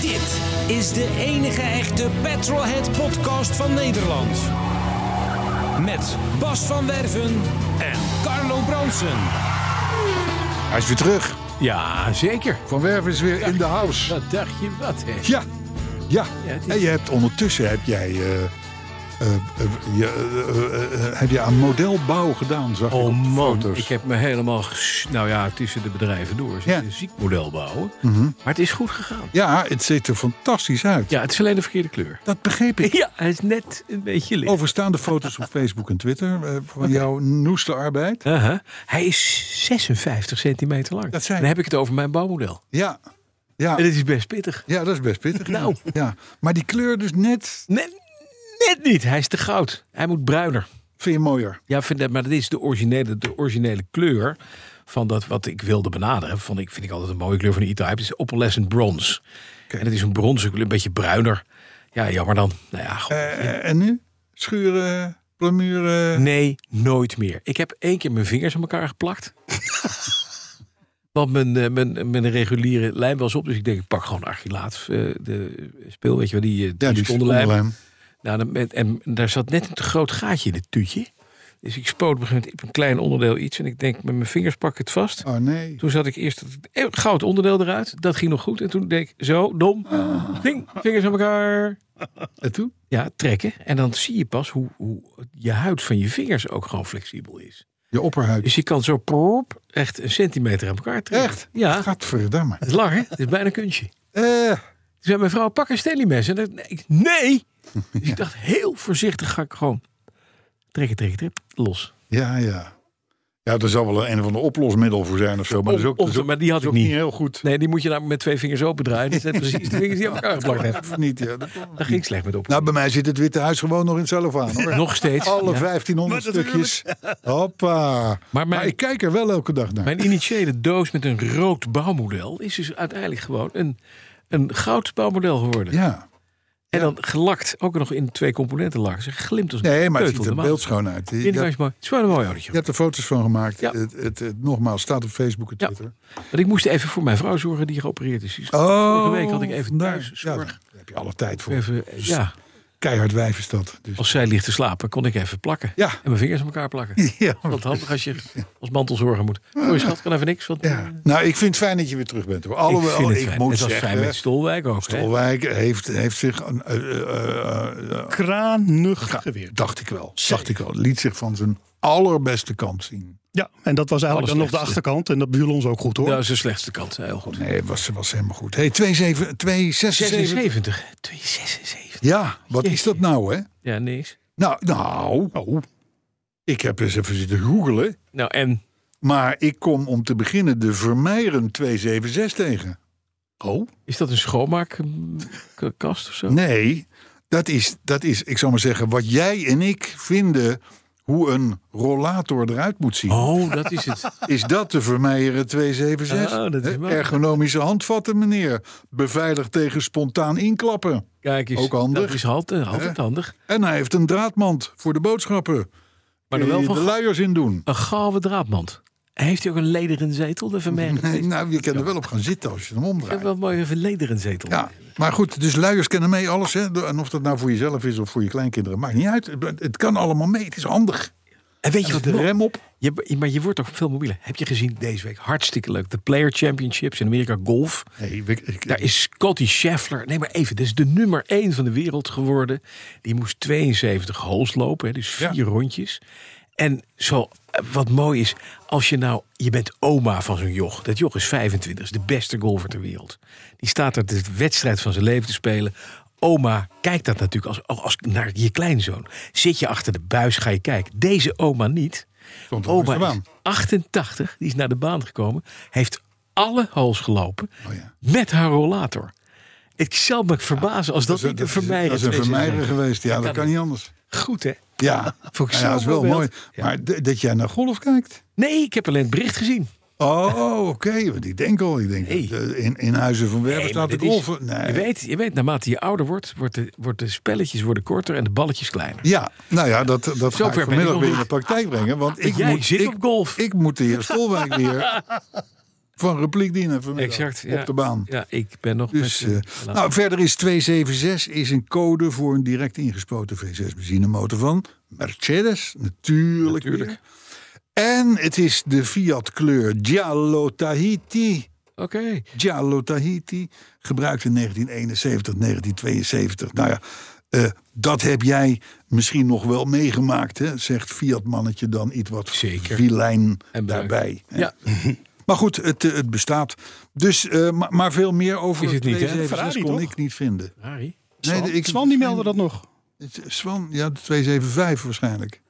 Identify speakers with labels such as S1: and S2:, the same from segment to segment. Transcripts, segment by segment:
S1: Dit is de enige echte Petrolhead podcast van Nederland. Met Bas van Werven en Carlo Bronsen.
S2: Hij is weer terug.
S3: Ja, zeker.
S2: Van Werven is weer in de house.
S3: Wat dacht je wat, hè?
S2: Ja, ja.
S3: het is-
S2: En je hebt ondertussen heb jij, eh, eh, eh, je, eh, eh, eh, heb je aan modelbouw gedaan, zag ik op de
S3: Oh man,
S2: foto's.
S3: ik heb me helemaal... ges- Nou ja, tussen de bedrijven door. Ze
S2: Ja. Mhm.
S3: een ziek model bouwen. Maar het is goed gegaan.
S2: Ja, het ziet er fantastisch uit.
S3: Ja, het is alleen de verkeerde kleur.
S2: Dat begreep ik.
S3: Ja, hij is net een beetje licht.
S2: Overstaande foto's op Facebook en Twitter eh, van jouw noeste arbeid.
S3: Aha. Uh-huh. Hij is 56 centimeter lang.
S2: Oh. Dat zei
S3: Dan heb ik het over mijn bouwmodel.
S2: Ja, ja,
S3: En dat is best pittig.
S2: ja dat is best pittig. ja.
S3: Nou.
S2: Ja. Maar die kleur dus net
S3: Net, net niet. Hij is te goud. Hij moet bruiner.
S2: vind je mooier.
S3: Ja, vind dat, maar dat is de originele, de originele kleur van dat wat ik wilde benaderen. Vond ik, vind ik altijd een mooie kleur van de E-Type. Het is opalescent bronze. En het is een bronzen kleur, een beetje bruiner. Ja, jammer dan. Nou ja, goed.
S2: Eh, en nu? Schuren, plamuren.
S3: Nee, nooit meer. Ik heb één keer mijn vingers aan elkaar geplakt. Want mijn, eh, mijn, mijn reguliere lijm was op. Dus ik denk, ik pak gewoon acrylaat. eh, de speel, weet je wel, die, eh,
S2: Ja,
S3: drie
S2: die
S3: seconden lijm.
S2: onderlijm.
S3: Nou, dan met- en daar zat net een te groot gaatje in het tuutje. Dus ik spoot op een gegeven moment op een klein onderdeel iets. En ik denk, met mijn vingers pak ik het vast.
S2: Oh nee.
S3: Toen zat ik eerst het eh, goud onderdeel eruit. Dat ging nog goed. En toen deed ik zo, dom, ding, vingers aan elkaar.
S2: En toen?
S3: Ja, trekken. En dan zie je pas hoe, hoe je huid van je vingers ook gewoon flexibel is.
S2: Je opperhuid.
S3: Dus je kan zo prop, echt een centimeter aan elkaar trekken.
S2: Echt?
S3: Ja. Het
S2: Gadverdamme.
S3: is lang, hè? Het is bijna een kunstje.
S2: Eh,
S3: Toen zei mijn vrouw, pak een Stanley mes. En dat, nee, ik, nee! Dus ik dacht, heel voorzichtig ga ik gewoon trekken, trekken, trekken, los.
S2: ja, ja. Ja, er zal wel een of ander oplosmiddel voor zijn of zo. Maar dat is ook,
S3: Om- om
S2: dat is
S3: te-
S2: ook-
S3: maar die had
S2: dat
S3: ik
S2: is ook
S3: niet.
S2: heel goed.
S3: Nee, die moet je nou met twee vingers opendraaien. Dat zijn precies de vingers die aan elkaar geplakt hebben.
S2: Of niet, ja. dat kon-
S3: Daar ging ik slecht met op.
S2: Nou, bij mij zit het Witte Huis gewoon nog in zelf aan. Hoor.
S3: Nog steeds.
S2: Nou, Alle
S3: Ja.
S2: 1500 stukjes. Hoppa. Maar,
S3: mijn-
S2: ik kijk er wel elke dag naar.
S3: Mijn initiële doos met een rood bouwmodel is dus uiteindelijk gewoon een, een goud bouwmodel geworden.
S2: ja.
S3: En dan gelakt, ook nog in twee componenten lak. Ze glimt als een
S2: Nee, maar het
S3: keutel
S2: ziet er
S3: normaal.
S2: beeldschoon uit. Je,
S3: Binnenkant
S2: je
S3: is mooi. Het is wel een mooi autootje.
S2: hebt er foto's van gemaakt.
S3: Ja.
S2: Het, het, het- nogmaals, staat op Facebook en
S3: Ja.
S2: Twitter.
S3: Want ik moest even voor mijn vrouw zorgen die geopereerd is. Dus vorige week had ik even
S2: vandaar. Oh,
S3: thuis
S2: nou, Ja,
S3: zorg.
S2: daar heb je alle tijd voor.
S3: Even, ja,
S2: Keihard wijf is dat. Dus.
S3: als zij ligt te slapen, kon ik even plakken.
S2: Ja.
S3: En mijn vingers aan elkaar plakken.
S2: Ja.
S3: Wat handig als je als mantelzorger moet. Sorry schat, kan even niks. Want, eh,
S2: Ja. Nou, ik vind het fijn dat je weer terug bent. hoor.
S3: ik
S2: Alhoewel,
S3: vind het
S2: ik
S3: fijn.
S2: moet
S3: het was
S2: zeggen...
S3: fijn met Stolwijk ook. hè?
S2: Stolwijk heeft, heeft zich. eh, eh, eh, eh,
S4: kranig
S2: ja,
S4: geweer.
S2: dacht ik wel. Dacht ik wel. Liet zich van zijn allerbeste kant zien.
S4: Ja, en dat was eigenlijk dan nog de
S3: Allerslechtste.
S4: achterkant. En dat viel ons ook goed hoor.
S3: Dat Nou, is de slechtste kant. Heel goed.
S2: Oh, Nee, was, was helemaal goed. Hey, 27 276.
S3: 76. 276.
S2: Ja, wat is dat nou, hè?
S3: Ja, niks.
S2: Nou, nou.
S3: Oh.
S2: Ik heb eens even zitten googelen.
S3: Nou, en
S2: Maar ik kom om te beginnen de Vermeijeren 276 tegen. Oh?
S3: is dat een schoonmaakkast of zo?
S2: Nee, dat is, dat is, ik zal maar zeggen, wat jij en ik vinden hoe een rollator eruit moet zien.
S3: Oh, dat is het.
S2: Is dat de Vermeijeren 276?
S3: Oh, dat is waar.
S2: Ergonomische handvatten, meneer. Beveiligd tegen spontaan inklappen.
S3: Kijk eens.
S2: Ook handig.
S3: Dat is altijd, altijd handig.
S2: En hij heeft een draadmand voor de boodschappen.
S3: Maar dan wel
S2: Die
S3: van
S2: de
S3: ga-
S2: luiers in doen.
S3: een gouden draadmand. Heeft hij ook een lederen zetel? De vermerkt.
S2: Nee, nou, je kan er wel op gaan zitten als je hem
S3: Ik heb
S2: omdraait.
S3: wel een mooie even lederen zetel.
S2: Ja, maar goed, dus luiers kennen mee alles. Hè? En of dat nou voor jezelf is of voor je kleinkinderen, maakt niet uit. Het kan allemaal mee, het is handig.
S3: En weet je wat?
S2: De
S3: nog?
S2: rem op.
S3: Je, maar je wordt toch veel mobieler. Heb je gezien deze week? Hartstikke leuk. De Player Championships in Amerika Golf.
S2: Nee, ik- ik-
S3: Daar is Scotty Scheffler. Nee, maar even. Dat is de nummer 1 van de wereld geworden. Die moest 72 holes lopen. Hè, dus vier
S2: Ja.
S3: rondjes. En zo, eh, wat mooi is. Als je nou. Je bent oma van zo'n joch. Dat joch is 25. Is de beste golfer ter wereld. Die staat er de wedstrijd van zijn leven te spelen. Oma kijkt dat natuurlijk als, als naar je kleinzoon. Zit je achter de buis, ga je kijken. Deze oma niet.
S2: Stond op
S3: Oma
S2: de baan.
S3: is 88, die is naar de baan gekomen. Heeft alle holes gelopen
S2: Oh ja.
S3: met haar rollator. Ik zou me verbazen als dat,
S2: is-
S3: niet een vermijder
S2: dat is een
S3: geweest zou
S2: vermijder
S3: zijn.
S2: geweest. Ja, dat
S3: kan
S2: kan niet anders.
S3: Goed, hè?
S2: Ja,
S3: Vond
S2: Nou
S3: ik
S2: ja,
S3: zo'n
S2: dat is wel mooi.
S3: voorbeeld. Ja.
S2: Maar d- dat jij naar golf kijkt?
S3: Nee, ik heb alleen het bericht gezien.
S2: Oh, oké. Want ik denk al, ik denk,
S3: Nee.
S2: eh, in, in Huizen van Werven
S3: Nee, maar
S2: staat de
S3: dit is-
S2: golf. Nee.
S3: Je, weet, je weet, naarmate je ouder wordt, wordt de, wordt de spelletjes worden korter en de balletjes kleiner.
S2: Ja, nou ja, dat, dat ga
S3: Zover
S2: ik
S3: ben ik
S2: vanmiddag
S3: nog
S2: weer in
S3: niet.
S2: de praktijk brengen. Want ik
S3: Jij
S2: moet,
S3: zit
S2: ik,
S3: op golf.
S2: Ik moet de heer Stolwijk weer van repliek dienen vanmiddag
S3: exact.
S2: op
S3: ja.
S2: de baan.
S3: Ja, ik ben nog
S2: Dus,
S3: met...
S2: eh, nou, verder is 276 is een code voor een direct ingespoten V6 benzinemotor van Mercedes. Natuurlijk.
S3: Natuurlijk.
S2: weer. En het is de Fiat kleur Giallo Tahiti.
S3: Oké.
S2: Giallo Tahiti, gebruikt in 1971, 1972. Nou ja, eh, dat heb jij misschien nog wel meegemaakt, hè? zegt Fiat-mannetje dan iets wat
S3: Zeker.
S2: vilijn
S3: En bruin.
S2: daarbij. hè.
S3: Ja,
S2: Maar goed, het, eh, het bestaat. Dus, eh, maar, maar veel meer over
S3: Is het niet, hè?
S2: 276
S4: Ferrari,
S2: kon
S4: toch?
S2: ik niet vinden.
S3: Harry.
S2: Nee,
S4: Swan,
S2: ik-
S4: Swan die meldde dat nog.
S2: Het- Swan, ja, de 275 waarschijnlijk.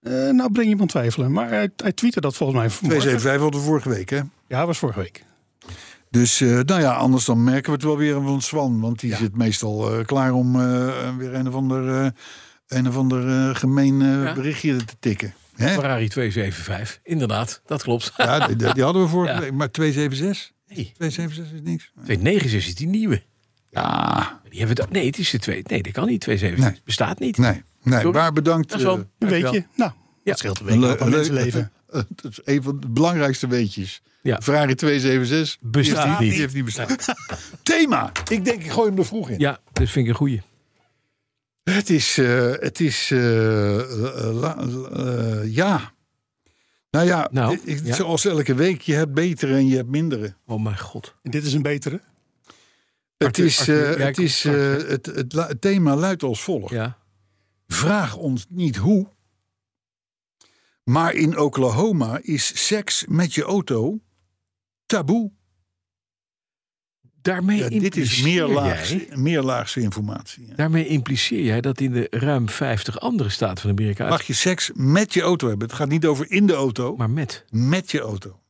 S4: Eh, nou, breng je van twijfelen. Maar hij, hij tweette dat volgens mij. vanmorgen.
S2: 275 hadden we vorige week, hè?
S4: Ja, was vorige week.
S2: Dus eh, nou ja, anders dan merken we het wel weer van Swan. Want die zit meestal eh, klaar om eh, weer een of ander, eh, een of ander eh, gemeen eh,
S3: Ja.
S2: berichtje te tikken. Hè?
S3: Ferrari 275. Inderdaad, dat klopt.
S2: Ja, die, die hadden we vorige
S3: Ja.
S2: week. Maar 276?
S3: Nee,
S2: 276 is niks.
S3: 296 is die nieuwe.
S2: Ja,
S3: Die hebben het, nee, het is de twee. Nee, dat kan niet. 277
S2: Nee.
S3: bestaat niet.
S2: nee. Nee,
S3: Sorry.
S2: maar bedankt.
S3: Dat is wel
S2: eh,
S4: Een
S3: Dankjewel.
S4: weetje. Nou,
S3: Ja.
S4: dat scheelt een
S2: een
S4: week
S2: leuk-
S4: op een
S2: leuk-
S4: mensenleven.
S2: Dat is een van de belangrijkste weetjes.
S3: Ja.
S2: Ferrari 276 die
S3: Bestaat
S2: heeft
S3: niet.
S2: Die heeft niet bestaan. Thema. Ik denk, ik gooi hem er vroeg in.
S3: Ja, dat vind ik een goeie.
S2: Het is, eh, het is, eh, la- la- eh, ja. Nou ja,
S3: Nou,
S2: ik- ik-
S3: ja.
S2: zoals elke week, je hebt betere en je hebt mindere.
S3: Oh mijn god.
S4: En dit is een betere.
S2: Het
S3: Arthur,
S2: is, eh,
S3: Arthur, jij
S2: het,
S3: komt
S2: is,
S3: straks,
S2: eh, het, het, la- het thema luidt als volgt.
S3: Ja.
S2: Vraag ons niet hoe, maar in Oklahoma is seks met je auto taboe.
S3: Daarmee
S2: Ja, dit is
S3: impliceer jij-
S2: meerlaagse, meerlaagse informatie. ja.
S3: Daarmee impliceer jij dat in de ruim 50 andere staten van Amerika...
S2: Mag je seks met je auto hebben? Het gaat niet over in de auto.
S3: Maar met.
S2: met je auto.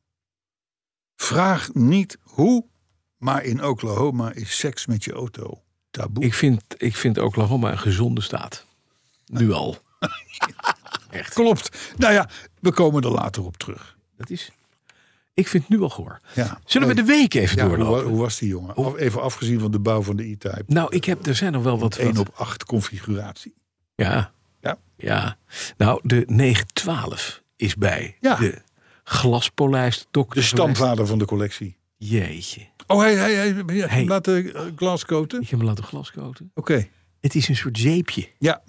S2: Vraag niet hoe, maar in Oklahoma is seks met je auto taboe.
S3: Ik vind, ik vind Oklahoma een gezonde staat. Nu al.
S2: Klopt. Nou ja, we komen er later op terug.
S3: Dat is... Ik vind het nu al gehoor.
S2: Ja.
S3: Zullen we
S2: Hey,
S3: de week even
S2: ja, hoe, wa-
S3: doorlopen?
S2: hoe was die jongen? Af- Even afgezien van de bouw van de E-Type.
S3: Nou, ik heb, er zijn nog wel wat...
S2: 1
S3: wat
S2: op 8 configuratie.
S3: ja,
S2: Ja.
S3: ja. Nou, de 912 is bij
S2: Ja.
S3: de glaspolijst dokter.
S2: De stamvader van de collectie.
S3: Jeetje.
S2: Oh, hij, hij, hij, hij-
S3: Hey.
S2: laat de eh, glas coaten. Oké.
S3: Ik heb hem laten glaskoten. Het is een soort zeepje.
S2: Ja.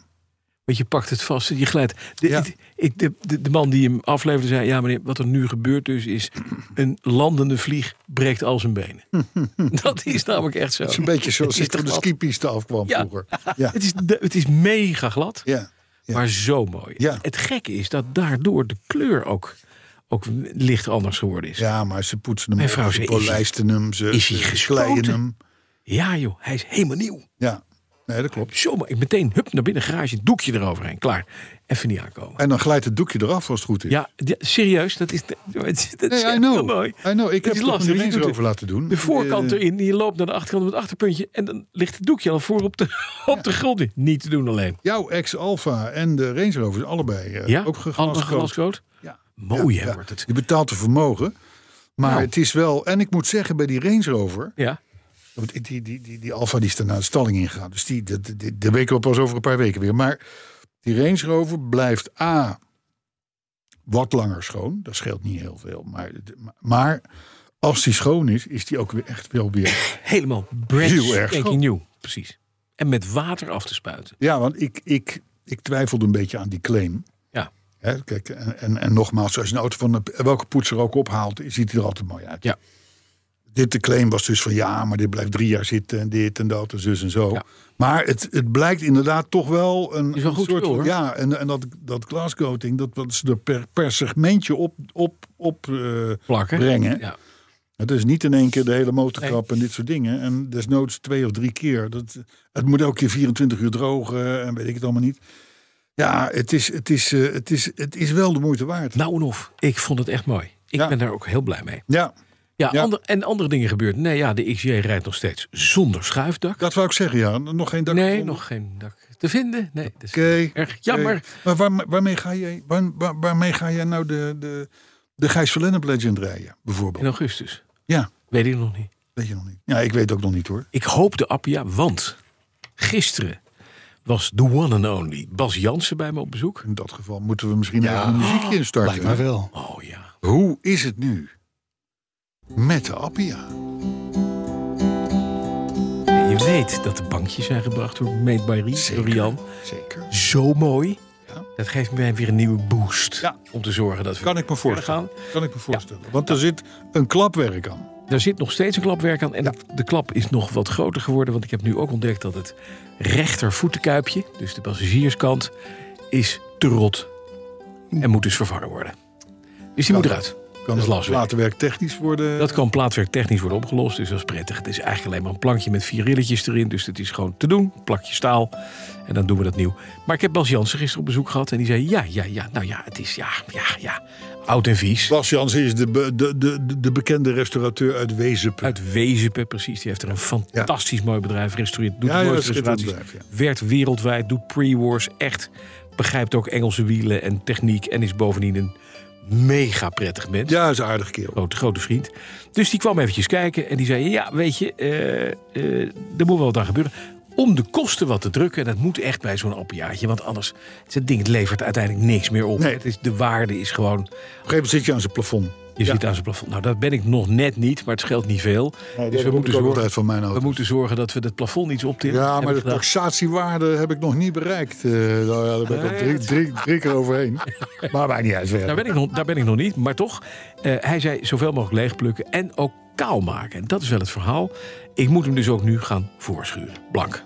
S3: Want je pakt het vast en je glijdt. De,
S2: Ja.
S3: ik- ik, de, de, de man die hem afleverde zei... ja meneer, wat er nu gebeurt dus is... een landende vlieg breekt al zijn benen. dat is namelijk echt zo.
S2: Het is een beetje zoals
S3: Het is
S2: ik van de
S3: toch wat?
S2: skipiste afkwam
S3: Ja.
S2: vroeger. Ja.
S3: Het is, de- het is mega glad,
S2: ja. ja.
S3: maar zo mooi.
S2: Ja.
S3: Het gekke is dat daardoor de kleur ook, ook licht anders geworden is. Ja,
S2: Ja, maar ze poetsen hem
S3: Mijn
S2: op,
S3: vrouw
S2: ze
S3: zei, is hij-
S2: polijsten hem, ze,
S3: is hij
S2: ze
S3: gespoten?
S2: glijden hem.
S3: joh, hij is helemaal nieuw.
S2: Ja, nee, dat klopt.
S3: Zomaar, ik meteen hup, naar binnen, garage, doekje eroverheen. Klaar, even niet aankomen.
S2: En dan glijdt het doekje eraf als het goed is.
S3: Ja, ja, serieus, dat is, dat is
S2: nee, I
S3: echt
S2: know.
S3: heel mooi.
S2: I know. Ik
S3: Het
S2: heb het
S3: is
S2: er
S3: lastig,
S2: niet
S3: je
S2: eens
S3: doet het.
S2: over laten doen.
S3: De voorkant
S2: Eh,
S3: erin, je loopt naar de achterkant met het achterpuntje... en dan ligt het doekje al voor op de, op de grond. Niet te doen alleen.
S2: Jouw ex-Alfa en de Range Rover zijn allebei eh,
S3: Ja,
S2: ook
S3: allemaal
S2: geglascoat.
S3: glasgoot.
S2: Ja.
S3: Mooi
S2: Ja,
S3: hè,
S2: ja.
S3: wordt het.
S2: Je betaalt de vermogen. Maar
S3: Nou.
S2: het is wel... En ik moet zeggen, bij die Range Rover...
S3: Ja,
S2: Want die, die, die, die, die Alfa die is daarna de stalling ingegaan. Dus die, die, die, die- daar weten we pas over een paar weken weer. Maar die Range Rover blijft A. wat langer schoon. Dat scheelt niet heel veel. Maar, maar als die schoon is, is die ook weer echt wel weer.
S3: helemaal breathtaking
S2: schoon.
S3: nieuw. Precies. En met water af te spuiten.
S2: Ja, want ik, ik, ik twijfelde een beetje aan die claim.
S3: Ja.
S2: Hè, kijk, en, en, en nogmaals, als je een auto van de, welke poetser ook ophaalt, ziet hij er altijd mooi uit.
S3: Ja.
S2: Dit de claim was dus van ja, maar dit blijft drie jaar zitten en dit en dat en zus en zo.
S3: Ja.
S2: Maar het, het blijkt inderdaad toch wel een,
S3: Is wel
S2: een
S3: goed spul, hoor.
S2: ja, en, en dat, dat glascoating, dat wat ze er per, per segmentje op, op, op eh,
S3: Plakken.
S2: brengen.
S3: Ja.
S2: Het is niet in één keer de hele motorkap en dit soort dingen. En desnoods twee of drie keer. Dat, het moet elke keer 24 uur drogen en weet ik het allemaal niet. Ja, het is, het is, eh, het is, het is wel de moeite waard.
S3: Nou en of, ik vond het echt mooi. Ik
S2: Ja.
S3: ben daar ook heel blij mee.
S2: Ja,
S3: Ja,
S2: Ja.
S3: ander- en andere dingen gebeurt. Nee, ja, de XJ rijdt nog steeds zonder schuifdak.
S2: Dat wou ik zeggen, ja. Nog geen dak.
S3: nee,
S2: gevonden.
S3: nog geen dak te vinden. Nee, dat is
S2: Oké.
S3: erg
S2: oké.
S3: jammer.
S2: Maar waar- waarmee, ga jij, waar- waar- waarmee ga jij nou de, de, de Gijs Verlennep Legend rijden, bijvoorbeeld?
S3: In augustus.
S2: Ja,
S3: Weet ik nog niet.
S2: weet je nog niet. Ja, ik weet ook nog niet hoor.
S3: Ik hoop de Appia, want gisteren was the one and only Bas Jansen bij me op bezoek.
S2: In dat geval moeten we misschien even een muziekje instarten.
S4: Lijkt mij wel.
S3: Oh ja.
S2: Hoe is het nu met de Appia?
S3: En Je weet dat de bankjes zijn gebracht door Made by Rie, door Rian.
S2: Zeker.
S3: Zo mooi.
S2: Ja.
S3: Dat geeft mij weer een nieuwe boost.
S2: Ja.
S3: Om te zorgen dat we
S2: Kan ik me
S3: verder
S2: voorstellen. Kan ik me voorstellen. Want er zit een klapwerk aan.
S3: Daar zit nog steeds een klapwerk aan. En het- de klap is nog wat groter geworden. Want ik heb nu ook ontdekt dat het rechtervoetenkuipje, dus de passagierskant, is te rot. En moet dus vervangen worden. Dus die moet eruit.
S2: Kan
S3: is
S2: het
S3: lastig.
S2: laterwerk technisch worden?
S3: Dat kan plaatwerktechnisch worden opgelost, dus dat is prettig. Het is eigenlijk alleen maar een plankje met vier rilletjes erin. Dus dat is gewoon te doen. Plakje staal. En dan doen we dat nieuw. Maar ik heb Bas Jansen gisteren op bezoek gehad. En die zei, ja, ja, ja. Nou ja, het is ja, ja, ja. Oud en vies.
S2: Bas Jansen is de, be- de, de, de bekende restaurateur uit Wezenpunt.
S3: Uit Wezenpen, precies. Die heeft er een fantastisch mooi bedrijf. Restaureert, doet
S2: Ja, ja,
S3: nooit
S2: dat is een
S3: restauraties.
S2: goed bedrijf,
S3: Werkt wereldwijd, doet pre-wars. Echt begrijpt ook Engelse wielen en techniek. En is bovendien een mega prettig mens.
S2: Ja, is een aardige kerel.
S3: Grote, Oh, grote vriend. Dus die kwam eventjes kijken en die zei... ja, weet je, eh, eh, er moet wel wat aan gebeuren. Om de kosten wat te drukken, en dat moet echt bij zo'n appeljaartje. Want anders, het is een ding het levert uiteindelijk niks meer op.
S2: Nee.
S3: Het is, de waarde is
S2: Op
S3: gewoon...
S2: een gegeven moment zit je aan zijn plafond.
S3: Je zit aan zijn plafond. Nou, dat ben ik nog net niet, maar het scheelt niet veel. dus we moeten, zorgen,
S2: altijd van mijn
S3: we
S2: auto.
S3: moeten zorgen dat we het plafond iets optillen.
S2: Ja,
S3: Heb
S2: maar
S3: ik
S2: de
S3: gedaan.
S2: taxatiewaarde heb ik nog niet bereikt. Eh, nou ja, daar ben ik al drie, drie, drie keer overheen. Maar maakt niet uit. verder.
S3: Daar ben, ik nog, daar ben ik nog niet, maar toch. eh, hij zei zoveel mogelijk leegplukken en ook kaal maken. En dat is wel het verhaal. Ik moet hem dus ook nu gaan voorschuren. Blank.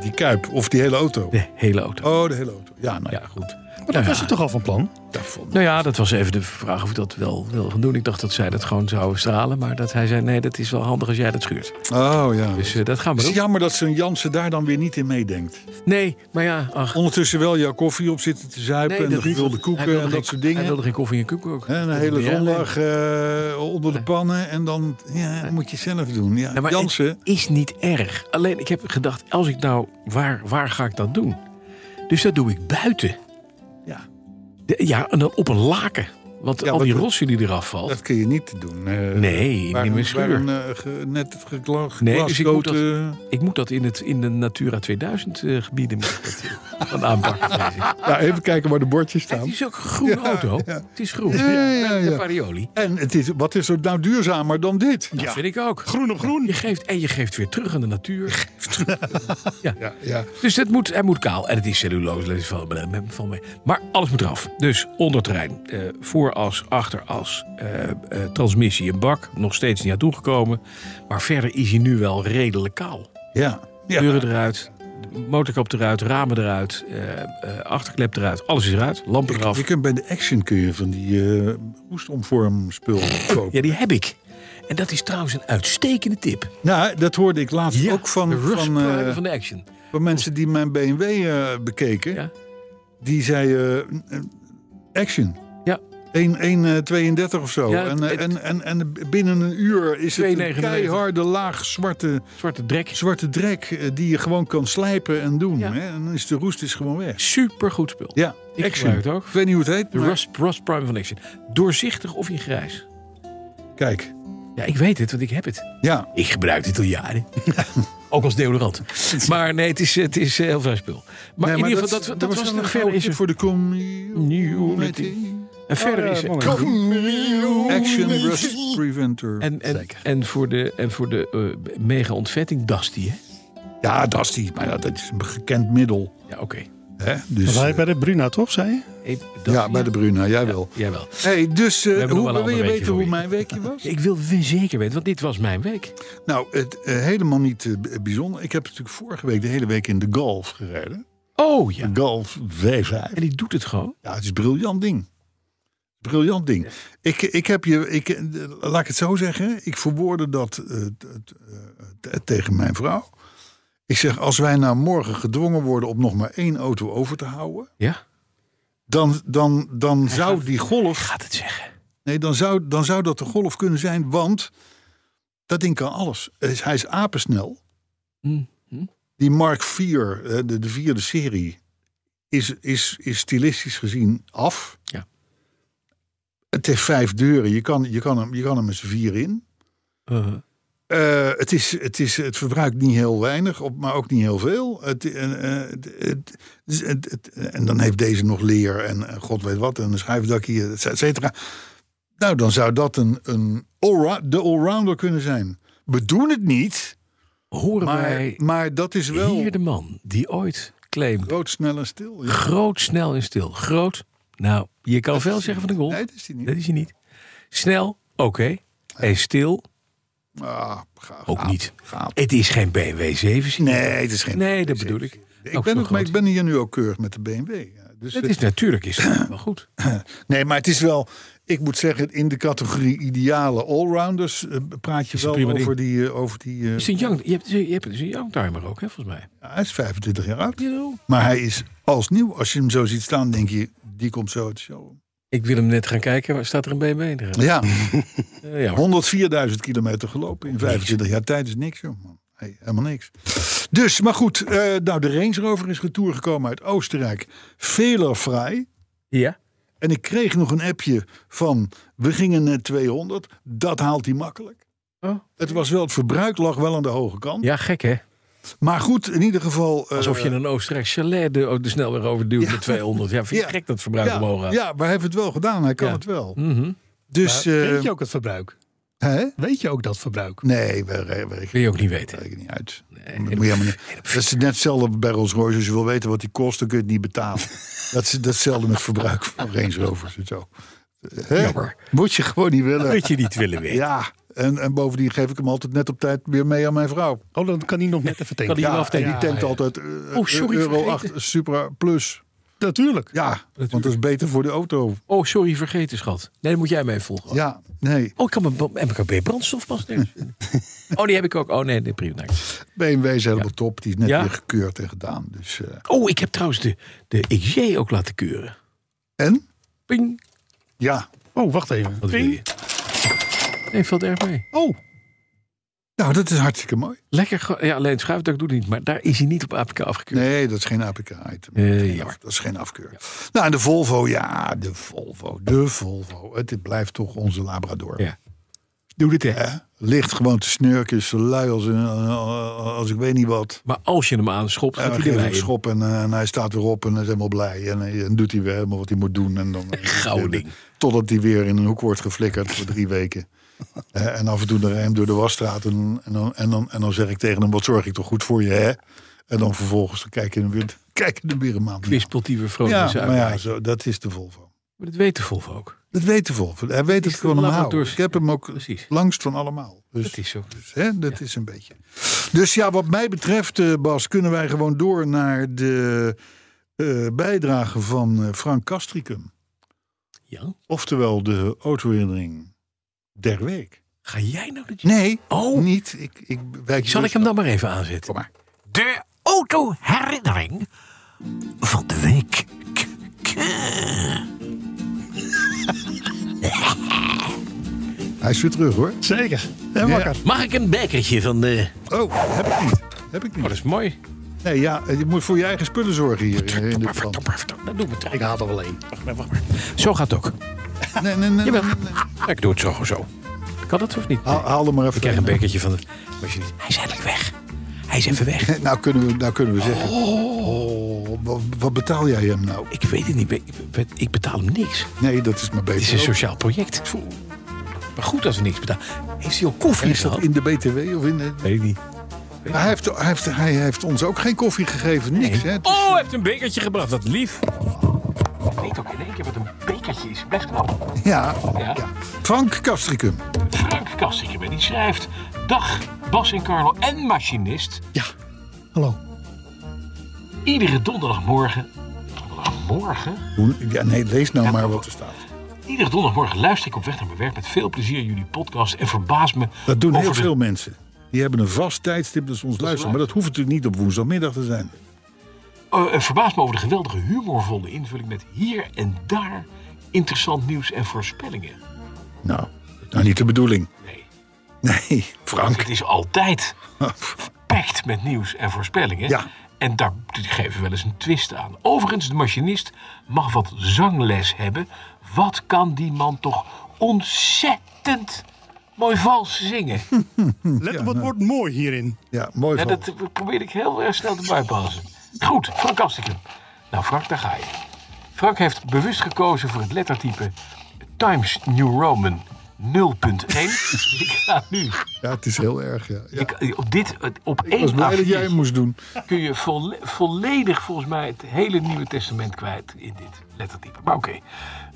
S2: Die kuip of die hele auto.
S3: De hele auto.
S2: Oh, de hele auto. Ja, nou ja.
S3: Ja, goed.
S4: Maar dat was je toch al van plan?
S2: daarvoor.
S3: Nou ja, dat was even de vraag of ik dat wel wil gaan doen. Ik dacht dat zij dat gewoon zouden stralen. Maar dat hij zei, nee, dat is wel handig als jij dat schuurt.
S2: Oh ja.
S3: Dus eh, dat gaan we
S2: het is
S3: doen.
S2: jammer dat zo'n Jansen daar dan weer niet in meedenkt.
S3: Nee, maar ja, ach.
S2: Ondertussen wel jouw koffie op zitten te zuipen
S3: Nee,
S2: en de
S3: niet.
S2: gevulde
S3: Hij wilde
S2: koeken en
S3: geen-
S2: eh, dat soort
S3: Hij
S2: dingen.
S3: wilde geen koffie en koeken ook.
S2: Hè, Een
S3: Dat
S2: hele
S3: doe jij alleen.
S2: zondag eh, onder de pannen en dan ja, moet je zelf doen. Ja,
S3: Ja, maar
S2: Jansen,
S3: het is niet erg. Alleen ik heb gedacht, als ik nou, waar, waar ga ik dat doen? Dus dat doe ik buiten.
S2: ja,
S3: De- ja, en dan op een laken. Want
S2: Ja,
S3: al die
S2: dat-
S3: rotsen die eraf valt.
S2: dat kun je niet doen. eh,
S3: nee,
S2: Waar
S3: niet
S2: een-
S3: meer
S2: waar
S3: schuur.
S2: een eh, ge- net gegla-
S3: Nee, dus ik moet dat-
S2: geglasgoten-
S3: Ik moet dat in, het, in de Natura 2000 eh, gebieden moet ik dat, eh, gaan aanpakken. vrees ik.
S2: Nou, even kijken waar de bordjes
S3: Het
S2: staan.
S3: is ook een groene auto. Het is groen.
S2: Ja, ja, ja.
S3: De Parioli.
S2: En het is, wat is er nou duurzamer dan dit?
S3: Dat vind ik ook. Groen op groen. Je geeft, en je geeft weer terug aan de natuur. ja.
S2: Ja, ja.
S3: Dus het moet, hij moet kaal. En het is cellulose. lees ik Van, me- van me. Maar alles moet eraf. Dus onderterrein. eh vooras, achteras. eh, eh, transmissie en bak. Nog steeds niet aan toegekomen. Maar verder is hij nu wel redelijk kaal.
S2: ja. ja.
S3: Deuren eruit. Motorkap eruit. Ramen eruit. eh, eh, achterklep eruit. Alles is eruit. Lampen eraf.
S2: Je kunt bij de Action kun je van die eh hoestomvormspul kopen.
S3: Ja, die heb ik. En dat is trouwens een uitstekende tip.
S2: Nou, dat hoorde ik laatst
S3: Ja,
S2: ook van,
S3: de
S2: van, eh,
S3: rugspruiten van de action.
S2: van mensen die mijn BMW eh, bekeken.
S3: Ja.
S2: Die zeiden eh, Action.
S3: Ja.
S2: 1,32 of zo.
S3: Ja,
S2: en,
S3: het-
S2: eh, en, en, en binnen een uur is het een
S3: 2,99.
S2: keiharde laag zwarte,
S3: Zwarte drek.
S2: zwarte drek eh, die je gewoon kan slijpen en doen.
S3: Ja.
S2: Hè? En dan is de roest is gewoon weg.
S3: Supergoed spul.
S2: Ja,
S3: Ik
S2: Action.
S3: gebruik het ook.
S2: Ik weet niet hoe het heet.
S3: De
S2: maar-
S3: Rust, Rust Prime van Action. Doorzichtig of in grijs?
S2: Kijk,
S3: Ja, ik weet het, want ik heb het.
S2: ja.
S3: Ik gebruik dit al jaren. ook als deodorant. Maar nee, het is, het is eh, heel vrij spul. Maar
S2: Nee,
S3: in ieder geval,
S2: dat-
S3: dat, dat,
S2: dat
S3: was
S2: wel
S3: nog
S2: een
S3: verder is
S2: gouden
S3: er...
S2: tip voor de community.
S3: En verder
S4: Oh, ja,
S3: is er...
S4: mooi.
S2: Action Rust Preventer.
S3: En, en, en voor de, en voor de eh, mega ontvetting, Dusty, hè?
S2: ja, dat is die. Maar ja, dat is een gekend middel.
S3: Ja, oké.
S2: Hè? Dus,
S4: Wij bij de Bruna, toch, zei je?
S3: Eh, Dusty,
S2: ja, bij de Bruna, jij wel.
S3: Jawel.
S2: Hey, dus eh,
S3: hebben nog wel
S2: hoe,
S3: een
S2: wil
S3: ander
S2: je
S3: weekje
S2: weten
S3: voor
S2: hoe
S3: je.
S2: mijn weekje was?
S3: Ik wil we- zeker weten, want dit was mijn week.
S2: nou, het, eh, helemaal niet eh, b- bijzonder. Ik heb natuurlijk vorige week de hele week in de Golf gereden.
S3: Oh ja.
S2: De Golf W5.
S3: En die doet het gewoon.
S2: Ja, het is een briljant ding. Briljant ding. Ik, ik heb je, ik, eh, laat ik het zo zeggen. Ik verwoordde dat eh, t- t- eh, t- tegen mijn vrouw. Ik zeg, als wij nou morgen gedwongen worden om nog maar één auto over te houden.
S3: Ja.
S2: Dan, dan, dan zou die golf.
S3: Gaat het zeggen.
S2: Nee, dan zou, dan zou dat de golf kunnen zijn, want dat ding kan alles. Hij is, hij is apensnel.
S3: Hm, hm.
S2: Die Mark IV, eh, de, de vierde serie, is, is, is stilistisch gezien af.
S3: Ja.
S2: Het heeft vijf deuren. Je kan, je kan, hem, je kan hem eens vier in.
S3: Uh,
S2: Eh, het, is, het, is, het verbruikt niet heel weinig, op, maar ook niet heel veel. Het, eh, eh, het, het- het- het- en dan heeft deze nog leer en eh, god weet wat, en een schuifdakje, et cetera. Nou, dan zou dat een, een allra- de allrounder kunnen zijn. We doen het niet,
S3: horen
S2: maar,
S3: wij
S2: maar dat is wel
S3: hier de man die ooit claimde...
S2: groot, snel en stil. Ja.
S3: Groot, snel en stil. Groot, nou, je kan veel zeggen van de golf.
S2: Nee, dat is die
S3: Dat
S2: niet.
S3: is hij niet. Snel, oké. En stil,
S2: Ah, gaaf.
S3: ook niet.
S2: gaaf.
S3: Het is geen BMW 7
S2: Nou. Nee, het is geen.
S3: Nee, dat bedoel ik.
S2: Ik
S3: Ook
S2: ben,
S3: zo
S2: ook, maar
S3: groot.
S2: ik ben hier nu ook keurig met de BMW. ja. Dus
S3: Het
S2: eh,
S3: is natuurlijk is het wel goed.
S2: Nee, maar het is wel, ik moet zeggen, in de categorie ideale allrounders eh, praat je
S3: Is een
S2: wel
S3: prima ding.
S2: over die. eh, over die eh,
S3: Het is een young, je, hebt, je hebt het is een youngtimer ook, hè, volgens mij.
S2: hij is 25 jaar oud.
S3: Jawel.
S2: Maar hij is als nieuw. Als je hem zo ziet staan, denk je, die komt zo uit de show.
S3: Ik wil hem net gaan kijken, waar staat er een BMW in? Eh,
S2: Ja,
S3: ja, hoor.
S2: 104.000 kilometer gelopen in 25 jaar tijd is niks, joh. man. Hey, helemaal niks. Dus, maar goed, eh, nou, de Range Rover is retour gekomen uit Oostenrijk. Velervrij.
S3: ja.
S2: En ik kreeg nog een appje van, we gingen net 200. Dat haalt hij makkelijk.
S3: Oh.
S2: Het was wel, het verbruik lag wel aan de hoge kant.
S3: ja, gek hè?
S2: Maar goed, in ieder geval. eh,
S3: Alsof je een Oostenrijk chalet de, de snelweg overduwt
S2: Ja.
S3: met 200. Ja, vind je
S2: Ja.
S3: gek dat het verbruik
S2: ja,
S3: omhoog gaat.
S2: ja, maar hij heeft het wel gedaan. Hij kan
S3: Ja.
S2: het wel.
S3: Mhm.
S2: Dus.
S4: Maar
S2: eh,
S4: weet je ook het verbruik?
S2: hè?
S4: Weet je ook dat verbruik?
S2: Nee, we re- we
S3: Wil
S2: rekenen
S3: je ook niet weten.
S2: niet uit.
S3: Nee,
S2: Dat, moet je
S3: helemaal
S2: helemaal niet. dat is net hetzelfde bij Rolls Royce. Als je wil weten wat die kost, dan kun je het niet betalen. dat is dat is hetzelfde met verbruik van Range Rovers en zo. Eh, Hè?
S3: Jammer.
S2: Moet je gewoon niet willen.
S3: Dat je niet willen weten.
S2: Ja, en, en bovendien geef ik hem altijd net op tijd weer mee aan mijn vrouw.
S4: Oh, dan kan die nog net even tanken.
S3: die
S2: Ja,
S3: wel aftanken.
S2: en die
S4: Ja,
S2: tankt
S4: ja.
S2: altijd eh,
S3: Oh, sorry,
S2: euro
S3: vergeten.
S2: 8 Supra Plus.
S4: Natuurlijk.
S2: Ja, want dat is beter voor de auto.
S3: Oh, sorry, vergeten schat. Nee, dan moet jij mij volgen.
S2: Ja, nee.
S3: Oh, ik kan mijn MKB brandstof pas nemen. oh, die heb ik ook. Oh nee, nee prima. dank je.
S2: BMW is helemaal top. Die is net
S3: Ja?
S2: weer gekeurd en gedaan. Dus, eh,
S3: Oh, ik heb trouwens de, de XJ ook laten keuren.
S2: en?
S3: Ping.
S2: Ja.
S4: Oh, wacht even.
S3: Wat wil je? Nee, valt erg mee.
S4: Oh,
S2: Nou, dat is hartstikke mooi.
S3: Lekker. ge- Ja, alleen het schuifdak doet het niet. Maar daar is hij niet op APK afgekeurd.
S2: Nee, dat is geen APK-item.
S3: Eh, jammer.
S2: dat is geen afkeur. Nou, en de Volvo. Ja, de Volvo. De Volvo. Het, het blijft toch onze Labrador.
S3: Ja. Doe dit hè.
S2: Hè? Ligt gewoon te snurken. Zo lui als, een- eh, als ik weet niet wat.
S3: Maar als je hem aanschopt,
S2: En
S3: gaat
S2: dan
S3: hij
S2: geef ik
S3: erbij
S2: een
S3: in.
S2: schop en, eh, en hij staat weer op en is helemaal blij. En, eh, dan doet hij weer helemaal wat hij moet doen. En dan, eh,
S3: Gauw ding.
S2: Totdat hij weer in een hoek wordt geflikkerd voor drie weken. Eh, en af en toe de hem door de wasstraat. En, en, dan, en, dan, en dan zeg ik tegen hem, wat zorg ik toch goed voor je, hè? En dan vervolgens dan kijk je hem weer, kijk je hem weer een maand niet
S3: Kwispelt hij weer
S2: aan.
S3: vrolijk in
S2: Ja,
S3: zijn
S2: maar ja,
S3: uitlaai.
S2: zo, dat is de Volvo.
S3: Maar dat weet de Volvo ook.
S2: Dat weet de Volvo. Hij weet het
S3: de
S2: gewoon allemaal.
S3: Labradors.
S2: Ik heb hem ook
S3: Precies.
S2: langst van allemaal. Dus,
S3: Dat is zo.
S2: dus, hè, dat is een beetje. Dus ja, wat mij betreft, eh, Bas, kunnen wij gewoon door naar de eh, bijdrage van eh, Frank Castricum.
S3: Ja.
S2: Oftewel de autoherinnering der week.
S3: Ga jij nou dat...
S2: Nee,
S3: Oh.
S2: niet. Ik, ik wijk je
S3: Zal
S2: rust
S3: ik hem
S2: af.
S3: dan maar even aanzetten?
S2: Kom maar.
S3: De autoherinnering van de week.
S2: Hij is weer terug hoor.
S4: zeker. En
S2: Ja.
S4: wakker.
S3: Mag ik een bekertje van de...
S2: Oh, heb ik niet. Heb ik
S3: Oh,
S2: niet.
S3: dat is mooi.
S2: Nee, ja, eh, je moet voor je eigen spullen zorgen hier eh, in, in dit land.
S3: Dat doen we toch.
S4: Ik haal er wel één.
S3: Zo gaat het ook.
S2: Nee, nee, nee. nee,
S3: Jawel.
S2: nee.
S3: Ja, ik doe het zo zo. Kan dat of niet?
S2: Haal, haal er maar even.
S3: Ik krijg een bekertje van het... Maar je niet. Hij is eindelijk weg. Hij is even weg.
S2: Nou kunnen we, nou kunnen we zeggen. Oh, wat, wat betaal jij hem nou?
S3: Ik weet het niet. Ik, ik- ik betaal hem niks.
S2: Nee, dat is maar beter.
S3: Het is een sociaal project. Maar goed als we niks betalen. Heeft hij al koffie
S2: Is dat
S3: gehad?
S2: in de BTW of in de...
S3: Weet ik niet.
S2: Maar hij, heeft, hij, heeft, hij heeft ons ook geen koffie gegeven, niks. Hè?
S3: Oh, hij heeft een bekertje gebracht. Wat lief. Ik weet ook in één keer wat een bekertje is. Best knap.
S2: Ja, ja. Frank Castricum.
S3: Frank Kastikker, die schrijft... Dag, Bas en Carlo en machinist.
S4: Ja. Hallo.
S3: Iedere donderdagmorgen... Donderdagmorgen?
S2: Hoe- Ja, nee, lees nou maar wat er staat.
S3: Iedere donderdagmorgen luister ik op weg naar mijn werk met veel plezier jullie podcast en verbaas me.
S2: Dat doen
S3: over
S2: heel
S3: de-
S2: veel mensen. Die hebben een vast tijdstip dat ze ons luisteren. Maar dat hoeft natuurlijk niet op woensdagmiddag te zijn.
S3: eh, eh, verbaas me over de geweldige humorvolle invulling met hier en daar interessant nieuws en voorspellingen.
S2: Nou, nou niet de bedoeling.
S3: Nee.
S2: Nee, Frank.
S3: Het is altijd beperkt met nieuws en voorspellingen.
S2: Ja.
S3: En daar die geven we wel eens een twist aan. Overigens, de machinist mag wat zangles hebben. Wat kan die man toch ontzettend mooi vals zingen?
S4: Let
S2: nou.
S4: op het woord mooi hierin.
S2: Ja, mooi
S3: Ja,
S2: van.
S3: dat probeer ik heel erg snel te bypassen. Goed, Frank Astikum. Nou, Frank, daar ga je. Frank heeft bewust gekozen voor het lettertype Times New Roman 0.1. Dus ik ga nu.
S2: Ja, het is heel erg. Ja. Ja.
S3: Ik, op dit, op
S2: Ik was
S3: één
S2: blij dat jij
S3: A4'tje
S2: hem moest doen.
S3: kun je volle- volledig volgens mij het hele Nieuwe Testament kwijt in dit lettertype. Maar oké,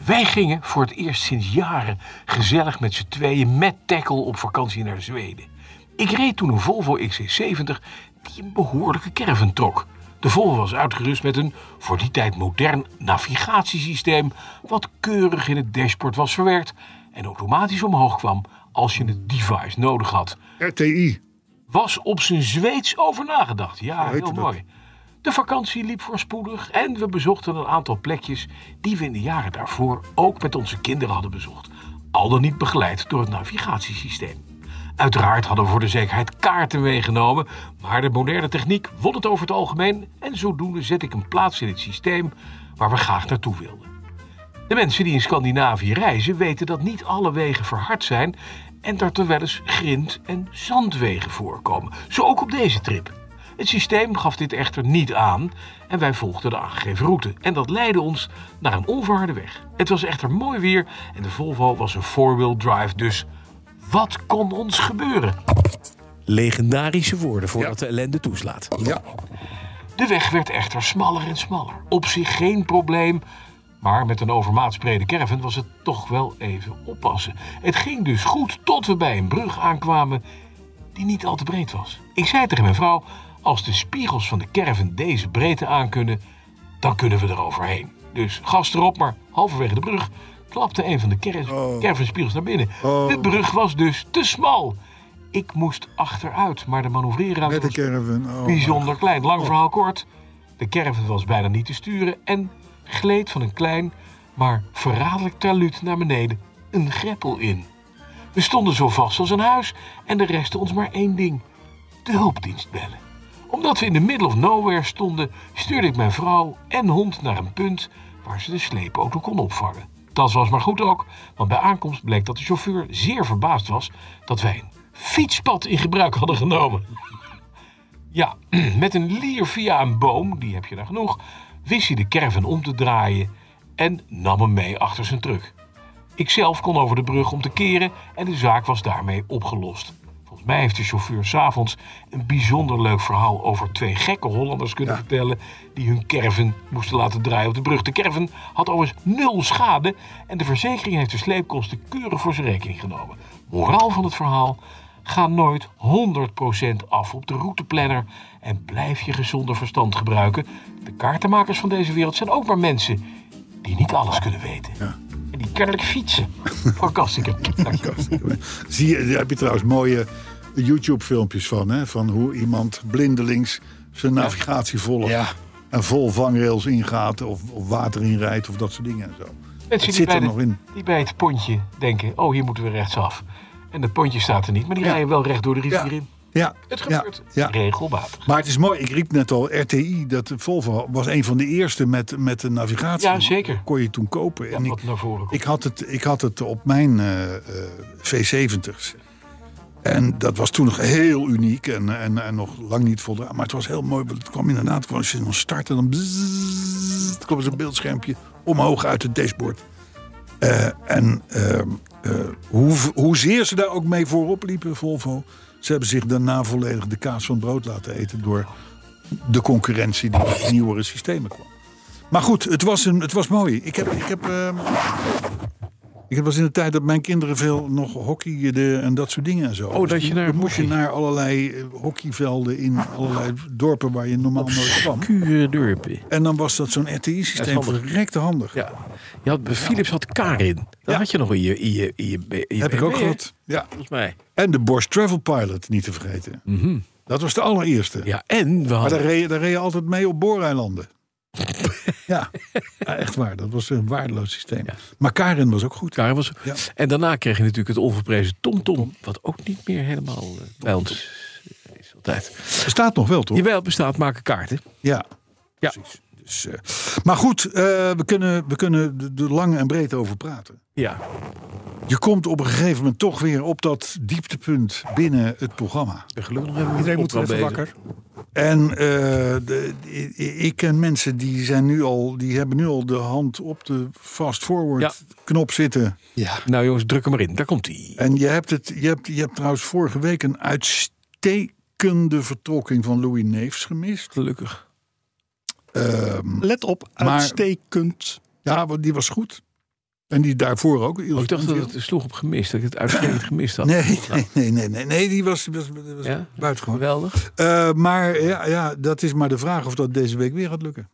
S3: wij gingen voor het eerst sinds jaren gezellig met z'n tweeën met tackle op vakantie naar Zweden. Ik reed toen een Volvo XC70 die een behoorlijke caravan trok. De Volvo was uitgerust met een voor die tijd modern navigatiesysteem wat keurig in het dashboard was verwerkt en automatisch omhoog kwam als je het device nodig had
S2: RTI.
S3: was op zijn Zweeds over nagedacht. Ja,
S2: heette
S3: heel
S2: dat?
S3: mooi. De vakantie liep voorspoedig en we bezochten een aantal plekjes die we in de jaren daarvoor ook met onze kinderen hadden bezocht. Al dan niet begeleid door het navigatiesysteem. Uiteraard hadden we voor de zekerheid kaarten meegenomen, maar de moderne techniek won het over het algemeen en zodoende zet ik een plaats in het systeem waar we graag naartoe wilden. De mensen die in Scandinavië reizen weten dat niet alle wegen verhard zijn en dat er wel eens grind- en zandwegen voorkomen. Zo ook op deze trip. Het systeem gaf dit echter niet aan en wij volgden de aangegeven route. En dat leidde ons naar een onverharde weg. Het was echter mooi weer en de Volvo was een four-wheel drive, dus wat kon ons gebeuren? Legendarische woorden voordat de ellende toeslaat.
S2: Ja.
S3: De weg werd echter smaller en smaller. Op zich geen probleem, maar met een overmaats brede caravan was het toch wel even oppassen. Het ging dus goed tot we bij een brug aankwamen die niet al te breed was. Ik zei tegen mijn vrouw, als de spiegels van de caravan deze breedte aankunnen, dan kunnen we er overheen. Dus gas erop, maar halverwege de brug klapte een van de ker-
S2: Oh.
S3: caravanspiegels naar binnen. De brug was dus te smal. Ik moest achteruit, maar de manoeuvreerruimte
S2: Met de
S3: was
S2: caravan. Oh,
S3: Bijzonder klein. Lang verhaal kort. De caravan was bijna niet te sturen en gleed van een klein, maar verraderlijk taluut naar beneden een greppel in. We stonden zo vast als een huis en er restte ons maar één ding: de hulpdienst bellen. Omdat we in de middle of nowhere stonden, stuurde ik mijn vrouw en hond naar een punt waar ze de sleepauto kon opvangen. Dat was maar goed ook, want bij aankomst bleek dat de chauffeur zeer verbaasd was dat wij een fietspad in gebruik hadden genomen. Ja, met een lier via een boom, die heb je daar genoeg, wist hij de caravan om te draaien en nam hem mee achter zijn truck. Ikzelf kon over de brug om te keren en de zaak was daarmee opgelost. Volgens mij heeft de chauffeur s'avonds een bijzonder leuk verhaal over twee gekke Hollanders kunnen vertellen die hun caravan moesten laten draaien op de brug. De caravan had overigens nul schade en de verzekering heeft de sleepkosten keurig voor zijn rekening genomen. Moraal van het verhaal, Ga nooit 100% af op de routeplanner en blijf je gezonde verstand gebruiken. De kaartenmakers van deze wereld zijn ook maar mensen die niet alles kunnen weten. En die kennelijk fietsen. Fantastisch. Dankjewel.
S2: Zie je, daar heb je trouwens mooie YouTube-filmpjes van. Hè? Van hoe iemand blindelings zijn navigatie volgt.
S4: Ja.
S2: En vol vangrails ingaat. Of, of water inrijdt. Of dat soort dingen en zo.
S3: Mensen
S2: Het
S3: die
S2: zit
S3: bij,
S2: er
S3: de-
S2: nog in.
S3: die bij het pontje denken, oh hier moeten we rechtsaf. En dat pontje staat er niet, maar die
S2: Ja.
S3: rijden wel recht door de rivier in.
S2: Ja.
S3: Het
S2: ja,
S3: gebeurt
S2: Ja.
S3: regelmatig.
S2: Maar het is mooi, ik riep net al, RTI, dat Volvo was een van de eerste met, met de navigatie.
S3: Ja, zeker.
S2: Kon je toen kopen. en
S3: wat
S2: ik,
S3: naar voren komt.
S2: ik, had het, ik had het op mijn eh, eh, V70's. En dat was toen nog heel uniek en, en, en nog lang niet voldaan. Maar het was heel mooi. want Het kwam inderdaad, gewoon als je dan startte, dan bzzzt, kwam zo'n beeldschermpje omhoog uit het dashboard. Eh, en ehm, eh, hoe, hoezeer ze daar ook mee voorop liepen, Volvo... ze hebben zich daarna volledig de kaas van het brood laten eten... door de concurrentie die met nieuwere systemen kwam. Maar goed, het was, een, het was mooi. Ik heb... Ik heb ehm, ik was in de tijd dat mijn kinderen veel nog hockeyden en dat soort dingen en zo.
S3: Oh, dat je naar
S2: Dan moest je
S3: hockey.
S2: naar allerlei eh, hockeyvelden in allerlei dorpen waar je normaal nooit kwam.
S3: Pure dorpen.
S2: En dan was dat zo'n RTI-systeem
S3: handig.
S2: verrekte handig.
S3: Ja. Je had, Philips had Karin. Dat had je nog in je, in je, in je, in je
S2: Heb ik
S3: BMW,
S2: ook
S3: hè?
S2: gehad. Ja.
S3: Volgens mij.
S2: En de Bosch Travel Pilot, niet te vergeten. Dat was de allereerste.
S3: Mhm. Ja, en we
S2: Maar daar
S3: hadden...
S2: reed, je- daar reed je altijd mee op booreilanden. Ja, Ja, echt waar. Dat was een waardeloos systeem. Maar Karin was ook goed.
S3: Daar was,
S2: Ja.
S3: En daarna kreeg je natuurlijk het onverprezen TomTom. Wat ook niet meer helemaal eh, bij ons is altijd.
S2: Er staat nog wel, toch?
S3: Jawel, bestaat maken kaarten.
S2: Ja.
S3: Ja.
S2: Precies. Dus, eh, maar goed, eh, we kunnen, we kunnen er- er lang en breed over praten.
S3: Ja.
S2: Je komt op een gegeven moment toch weer op dat dieptepunt binnen het programma.
S3: En Gelukkig hebben we
S4: Iedereen
S3: het
S4: moet weer
S3: opdracht
S4: even
S3: bezig.
S4: wakker.
S2: En eh, de- i- i- ik ken mensen die, zijn nu al, die hebben nu al de hand op de fast forward knop zitten.
S4: Ja.
S3: Nou jongens, druk hem maar in. Daar komt hij.
S2: En je hebt, het, je, hebt, je hebt trouwens vorige week een uitstekende vertrokking van Louis Neefs gemist.
S3: Gelukkig.
S2: Ehm,
S4: Let op, uitstekend.
S2: ja, want die was goed. En die daarvoor ook.
S3: Oh, ik dacht dat het sloeg op gemist. Dat ik het uitstekend gemist had. Nou,
S2: Nee, nee, nee, nee, nee, nee, die was, die was, die was
S3: Ja?
S2: buitengewoon.
S3: Geweldig.
S2: Eh, maar ja, ja, dat is maar de vraag of dat deze week weer gaat lukken.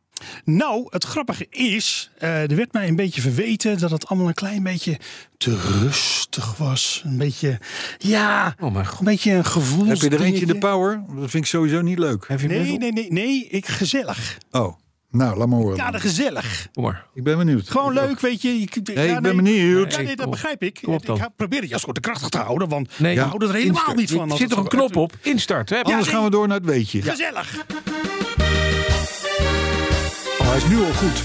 S4: Nou, het grappige is, eh, er werd mij een beetje verweten dat het allemaal een klein beetje te rustig was. Een beetje, ja,
S3: Oh mijn god.
S4: een beetje een gevoel.
S2: Heb je er eentje in de power? Dat vind ik sowieso niet leuk.
S3: Heb je hem net
S4: Nee,
S3: op?
S4: nee, nee, nee, ik gezellig.
S2: Oh, nou, laat maar horen.
S4: Ja, de gezellig.
S3: Kom maar.
S2: Ik ben benieuwd.
S4: Gewoon leuk, weet je. Je kunt-
S2: Nee,
S4: ja,
S2: ik ben benieuwd.
S4: Ja, nee,
S3: Kom
S4: dat
S3: op.
S4: begrijp ik.
S3: Kom op dan.
S4: Ik ga proberen het goed te krachtig te houden, want
S3: Nee.
S4: nee, we houden er helemaal
S3: Instart.
S4: niet van.
S3: Er
S4: als
S3: zit
S4: het
S3: toch een
S4: zo-
S3: knop op? Instart. Hè?
S2: Anders gaan we door naar het weetje.
S4: Gezellig.
S2: Oh, hij is nu al goed.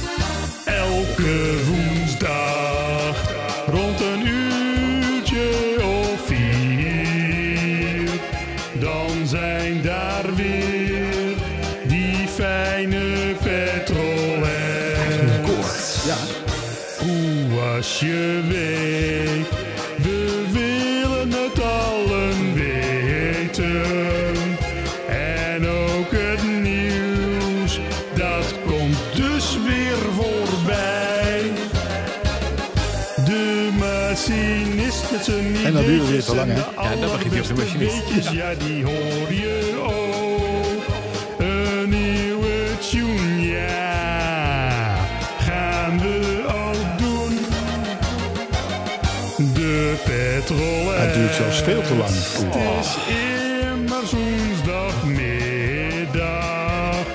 S5: Elke woensdag rond een uurtje of vier. Dan zijn daar weer die fijne petrolheads. Hoe was je week? We willen het allen weten. En ook het nieuws, dat komt dus weer voorbij. De machinist met zijn
S2: En dat duurde weer
S5: ideetjes
S2: te lang,
S5: en
S2: hè?
S5: de
S3: Ja, dan begint hij op de
S5: allerbeste
S3: machinist.
S5: weetjes, Ja, die hoor je ook. Een nieuwe tune, ja. Gaan we ook doen. De petrol.
S2: Het duurt zelfs veel te lang.
S5: Het is immers woensdagmiddag.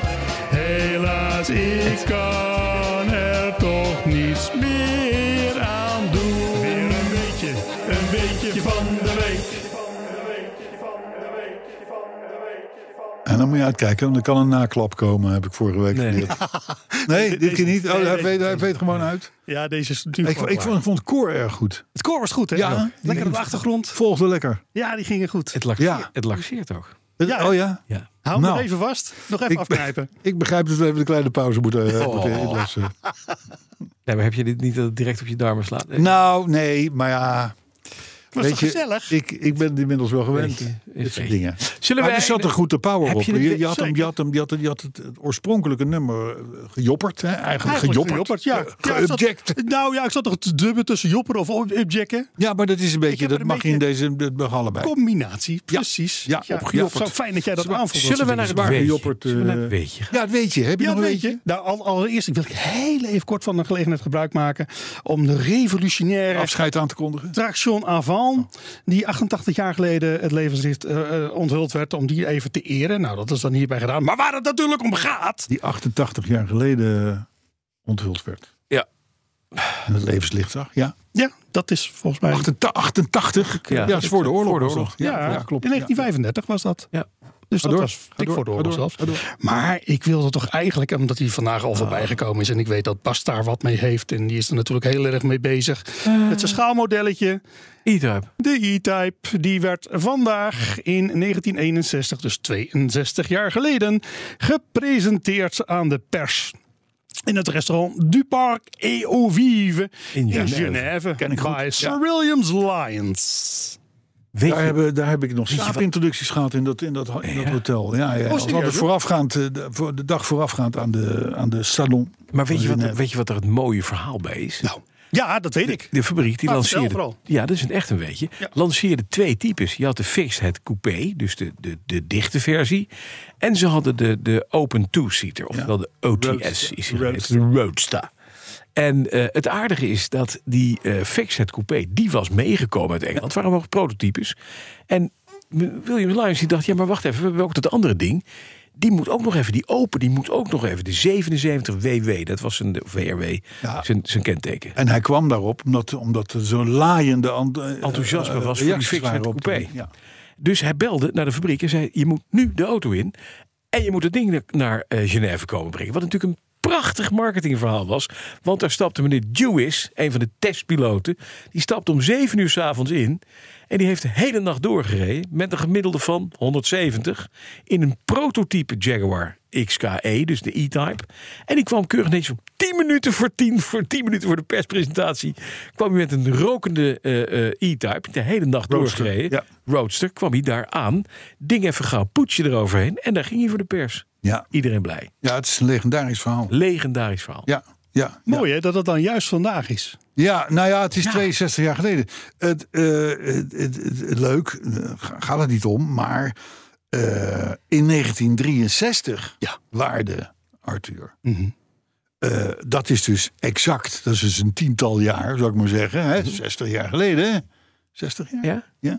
S5: Helaas, ik kan er toch niets meer aan doen. Weer een beetje, een beetje van de week.
S2: En dan moet je uitkijken, want er kan een naklap komen, heb ik vorige week
S3: Nee.
S2: geleerd. Nee, dit keer niet. Oh,
S4: Nee,
S2: hij,
S4: nee.
S2: weet, hij weet gewoon uit.
S4: Ja, deze is
S2: Ik,
S4: natuurlijk
S2: ik
S4: ook waar.
S2: vond, ik vond het koor erg goed.
S4: Het koor was goed, hè?
S2: Ja,
S4: Ook.
S2: die
S4: Lekker op
S2: ging-
S4: de achtergrond.
S2: Volgde lekker.
S4: Ja, die gingen goed.
S3: Het, laxeert,
S2: Ja.
S3: het laxeert ook.
S4: Ja.
S2: Oh ja?
S3: Ja.
S4: Hou hem
S2: Nou.
S4: nog even vast. Nog even
S2: Ik-
S4: afknijpen.
S2: Ik begrijp dus dat we even een kleine pauze moeten, eh,
S3: Oh.
S2: moeten inlassen.
S3: Nee, maar heb je dit niet dat het direct op je darmen slaat? Nee.
S2: Nou, nee, maar ja.
S4: Was toch gezellig?
S2: Ik, ik ben het inmiddels wel gewend.
S3: Weet je,
S2: Dit soort
S3: weet je.
S2: dingen.
S3: Zullen
S2: maar
S3: wij-
S2: er zat een goede power
S3: Heb
S2: op.
S3: je
S2: Je,
S3: het-
S2: je, had hem, je,
S3: zeker.
S2: had hem, je, had het, je had het, het oorspronkelijke nummer eh, gejopperd. Hè? Eigenlijk,
S4: Eigenlijk
S2: gejopperd.
S4: ja. Ja, ik zat-
S2: Geobject.
S4: nou ja, ik zat toch te dubben tussen jopperen of objecten.
S2: Ja, maar dat is een beetje,
S4: heb
S2: dat
S4: er een
S2: mag je in deze, dat mag allebei.
S4: Combinatie, precies.
S2: ja, opgejopperd.
S4: Zo fijn dat jij dat
S2: Zwaar-
S4: aanvoelt.
S3: Zullen we naar het
S2: Zwaar
S3: weetje?
S2: gejopperd, eh,
S3: Zullen we naar het weetje gaan?
S2: Ja, het weet je. Heb je
S4: Ja,
S2: nog een
S4: weet
S2: weetje?
S4: je. Nou, al- allereerst wil ik heel even kort van de gelegenheid gebruik maken om de revolutionaire
S2: Afscheid aan te kondigen.
S4: Traction Avant, die 88 jaar geleden het levenslicht eh, eh, onthuld werd, om die even te eren. Nou, dat is dan hierbij gedaan. Maar waar het natuurlijk om gaat.
S2: Die 88 jaar geleden onthuld werd.
S3: Ja.
S2: En het levenslicht zag, ja.
S4: Ja, dat is volgens mij.
S2: 88, 88. Ja,
S3: Ja.
S2: dat is voor de oorlog.
S3: Voor de
S2: was dat.
S3: oorlog.
S4: Ja,
S2: klopt.
S4: in 1935 was dat.
S3: Ja.
S4: Dus
S2: Ga
S4: dat
S2: door,
S4: was
S2: ga
S4: dik
S2: door,
S4: voor de
S2: ga
S4: oorlog
S2: door,
S4: zelfs.
S2: ga door. Ah.
S4: Maar ik wilde toch eigenlijk, omdat hij vandaag al voorbij gekomen is... en ik weet dat Bas daar wat mee heeft... en die is er natuurlijk heel erg mee bezig...
S2: Eh.
S4: met zijn schaalmodelletje,
S3: E-type.
S4: de E-Type... die werd vandaag in 1961, dus 62 jaar geleden... gepresenteerd aan de pers... In het restaurant Du Parc et Au Vive
S3: In
S4: in
S3: Genève.
S4: Genève,
S2: Ken ik goed,
S4: bij
S2: ja.
S4: Sir Williams Lions.
S3: Weet
S2: Daar,
S3: je-
S2: hebben, daar heb ik nog slaapintroducties gehad in dat, in dat, in dat hotel. Ja, ja. We hadden
S4: serieus?
S2: voorafgaand, eh, de, voor de dag voorafgaand aan de, aan de salon.
S3: maar weet je,
S2: Van
S3: wat,
S2: Genève.
S3: weet je wat er het mooie verhaal bij is?
S4: Nou, ja, dat weet ik.
S3: De fabriek die
S4: Maar vertel
S3: lanceerde.
S4: vooral.
S3: Ja, dat is een echt een weetje.
S4: Ja.
S3: Lanceerde twee types. Je had de fixed head coupé, dus de, de, de dichte versie. En ze hadden de, de open two-seater, oftewel de OTS is hij geweest, de Roadster. En eh, het aardige is dat die eh fixed head coupé, die was meegekomen uit Engeland. Het waren wel prototypes. En William Lyons die dacht, ja maar wacht even, we hebben ook dat andere ding. Die moet ook nog even, die open, die moet ook nog even. De 77 WW, dat was zijn, of WRW,
S2: Ja.
S3: zijn, zijn kenteken.
S2: En hij kwam daarop omdat, omdat er zo'n laaiende ant- eh,
S3: Enthousiasme
S2: eh,
S3: was voor die
S2: reacties
S3: fix met
S2: waren
S3: de
S2: op-
S3: coupé.
S2: Ja.
S3: Dus hij belde naar de fabriek en zei: Je moet nu de auto in. En je moet het ding naar- naar eh Genève komen brengen. Wat natuurlijk een prachtig marketingverhaal was. Want daar stapte meneer Dewis, een van de testpiloten. Die stapte om 7 uur s'avonds in. En die heeft de hele nacht doorgereden. Met een gemiddelde van 170. In een prototype Jaguar XKE, dus de E-Type. En die kwam keurig netjes om 10 minuten voor 10, voor 10 minuten voor de perspresentatie. kwam hij met een rokende eh, eh, E-Type. De hele nacht
S2: Roadster,
S3: doorgereden.
S2: ja.
S3: Roadster kwam hij daar aan. Ding even gauw poetje eroverheen. En daar ging hij voor de pers.
S2: Ja.
S3: Iedereen blij.
S2: ja, het is een legendarisch verhaal.
S3: Legendarisch verhaal.
S2: Ja, ja, ja.
S4: Mooi hè, dat het dan juist vandaag is.
S2: Ja, nou ja, het is 62 jaar geleden. Het, eh, het, het- het- leuk, eh, ga- gaat het niet om, maar eh, in 1963
S4: Ja.
S2: waarde Arthur.
S3: Mhm.
S2: Eh, dat is dus exact, dat is dus een tiental jaar, zou ik maar zeggen. Hè? 60 jaar geleden, hè? 60 jaar?
S3: Mhm. Ja?
S2: ja.